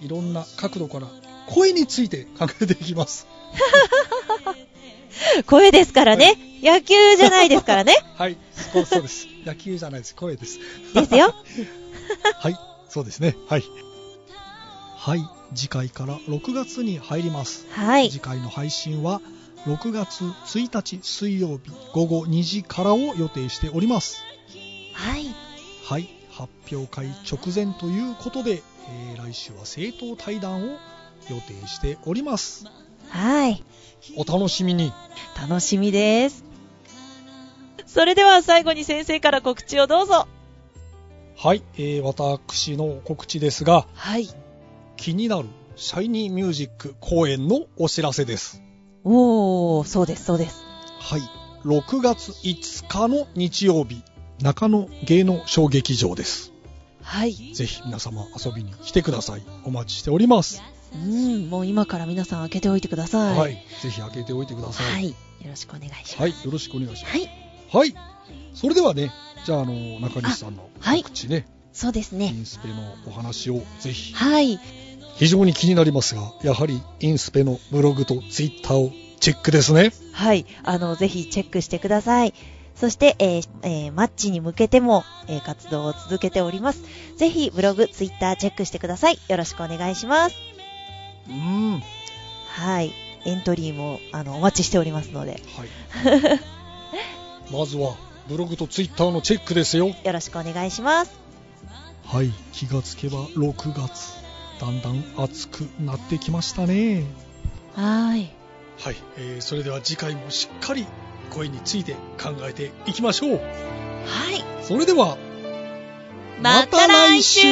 [SPEAKER 2] いろんな角度から声について考えていきます。
[SPEAKER 4] 声ですからね。野球じゃないですからね。
[SPEAKER 2] はい、そうそうです。野球じゃないです、声です。
[SPEAKER 4] ですよ。
[SPEAKER 2] はい、そうですね。はい。はい、次回から6月に入ります。
[SPEAKER 4] はい。
[SPEAKER 2] 次回の配信は6月1日水曜日午後2時からを予定しております。
[SPEAKER 4] はい。
[SPEAKER 2] はい、発表会直前ということで、えー来週は政党対談を予定しております。
[SPEAKER 4] はい。
[SPEAKER 2] お楽しみに。
[SPEAKER 4] 楽しみです。それでは最後に先生から告知をどうぞ。
[SPEAKER 2] はい、えー私の告知ですが、
[SPEAKER 4] はい。
[SPEAKER 2] 気になるシャイニーミュージック公演のお知らせです。
[SPEAKER 4] おー、そうです、そうです。
[SPEAKER 2] はい、6月5日の日曜日、中野芸能小劇場です。
[SPEAKER 4] はい。
[SPEAKER 2] ぜひ皆様遊びに来てください。お待ちしております。
[SPEAKER 4] うん、もう今から皆さん開けておいてくだ
[SPEAKER 2] は
[SPEAKER 4] さい。
[SPEAKER 2] い、。ぜひ開けておいてくださ。
[SPEAKER 4] はいい。よろしくお願いし
[SPEAKER 2] は
[SPEAKER 4] ま
[SPEAKER 2] い、
[SPEAKER 4] す。
[SPEAKER 2] よろしくお願いしま
[SPEAKER 4] は
[SPEAKER 2] す。
[SPEAKER 4] い。
[SPEAKER 2] はい、それではね、じゃああの中西さんの
[SPEAKER 4] あはい
[SPEAKER 2] 告知ね、
[SPEAKER 4] そうです
[SPEAKER 2] イ
[SPEAKER 4] ね。
[SPEAKER 2] ンスペのお話をぜひ。
[SPEAKER 4] はい。
[SPEAKER 2] 非常に気になりますが、やはりインスペのブログとツイッターをチェックですね。
[SPEAKER 4] はい。あの、ぜひチェックしてください。そして、えーえーマッチに向けても、えー活動を続けております。ぜひ、ブログ、ツイッターチェックしてください。よろしくお願いします。
[SPEAKER 2] うん、はい。
[SPEAKER 4] はい。エントリーも、あの、お待ちしておりますので、
[SPEAKER 2] まずはブログとツイッターのチェックですよ。
[SPEAKER 4] よろしくお願いします。
[SPEAKER 2] はい気がつけば6月だんだん暑くなってきましたね
[SPEAKER 4] はい。
[SPEAKER 2] はい、えーそれでは次回もしっかり声について考えていきましょ
[SPEAKER 4] は
[SPEAKER 2] う
[SPEAKER 4] い。
[SPEAKER 2] それでは
[SPEAKER 4] また来週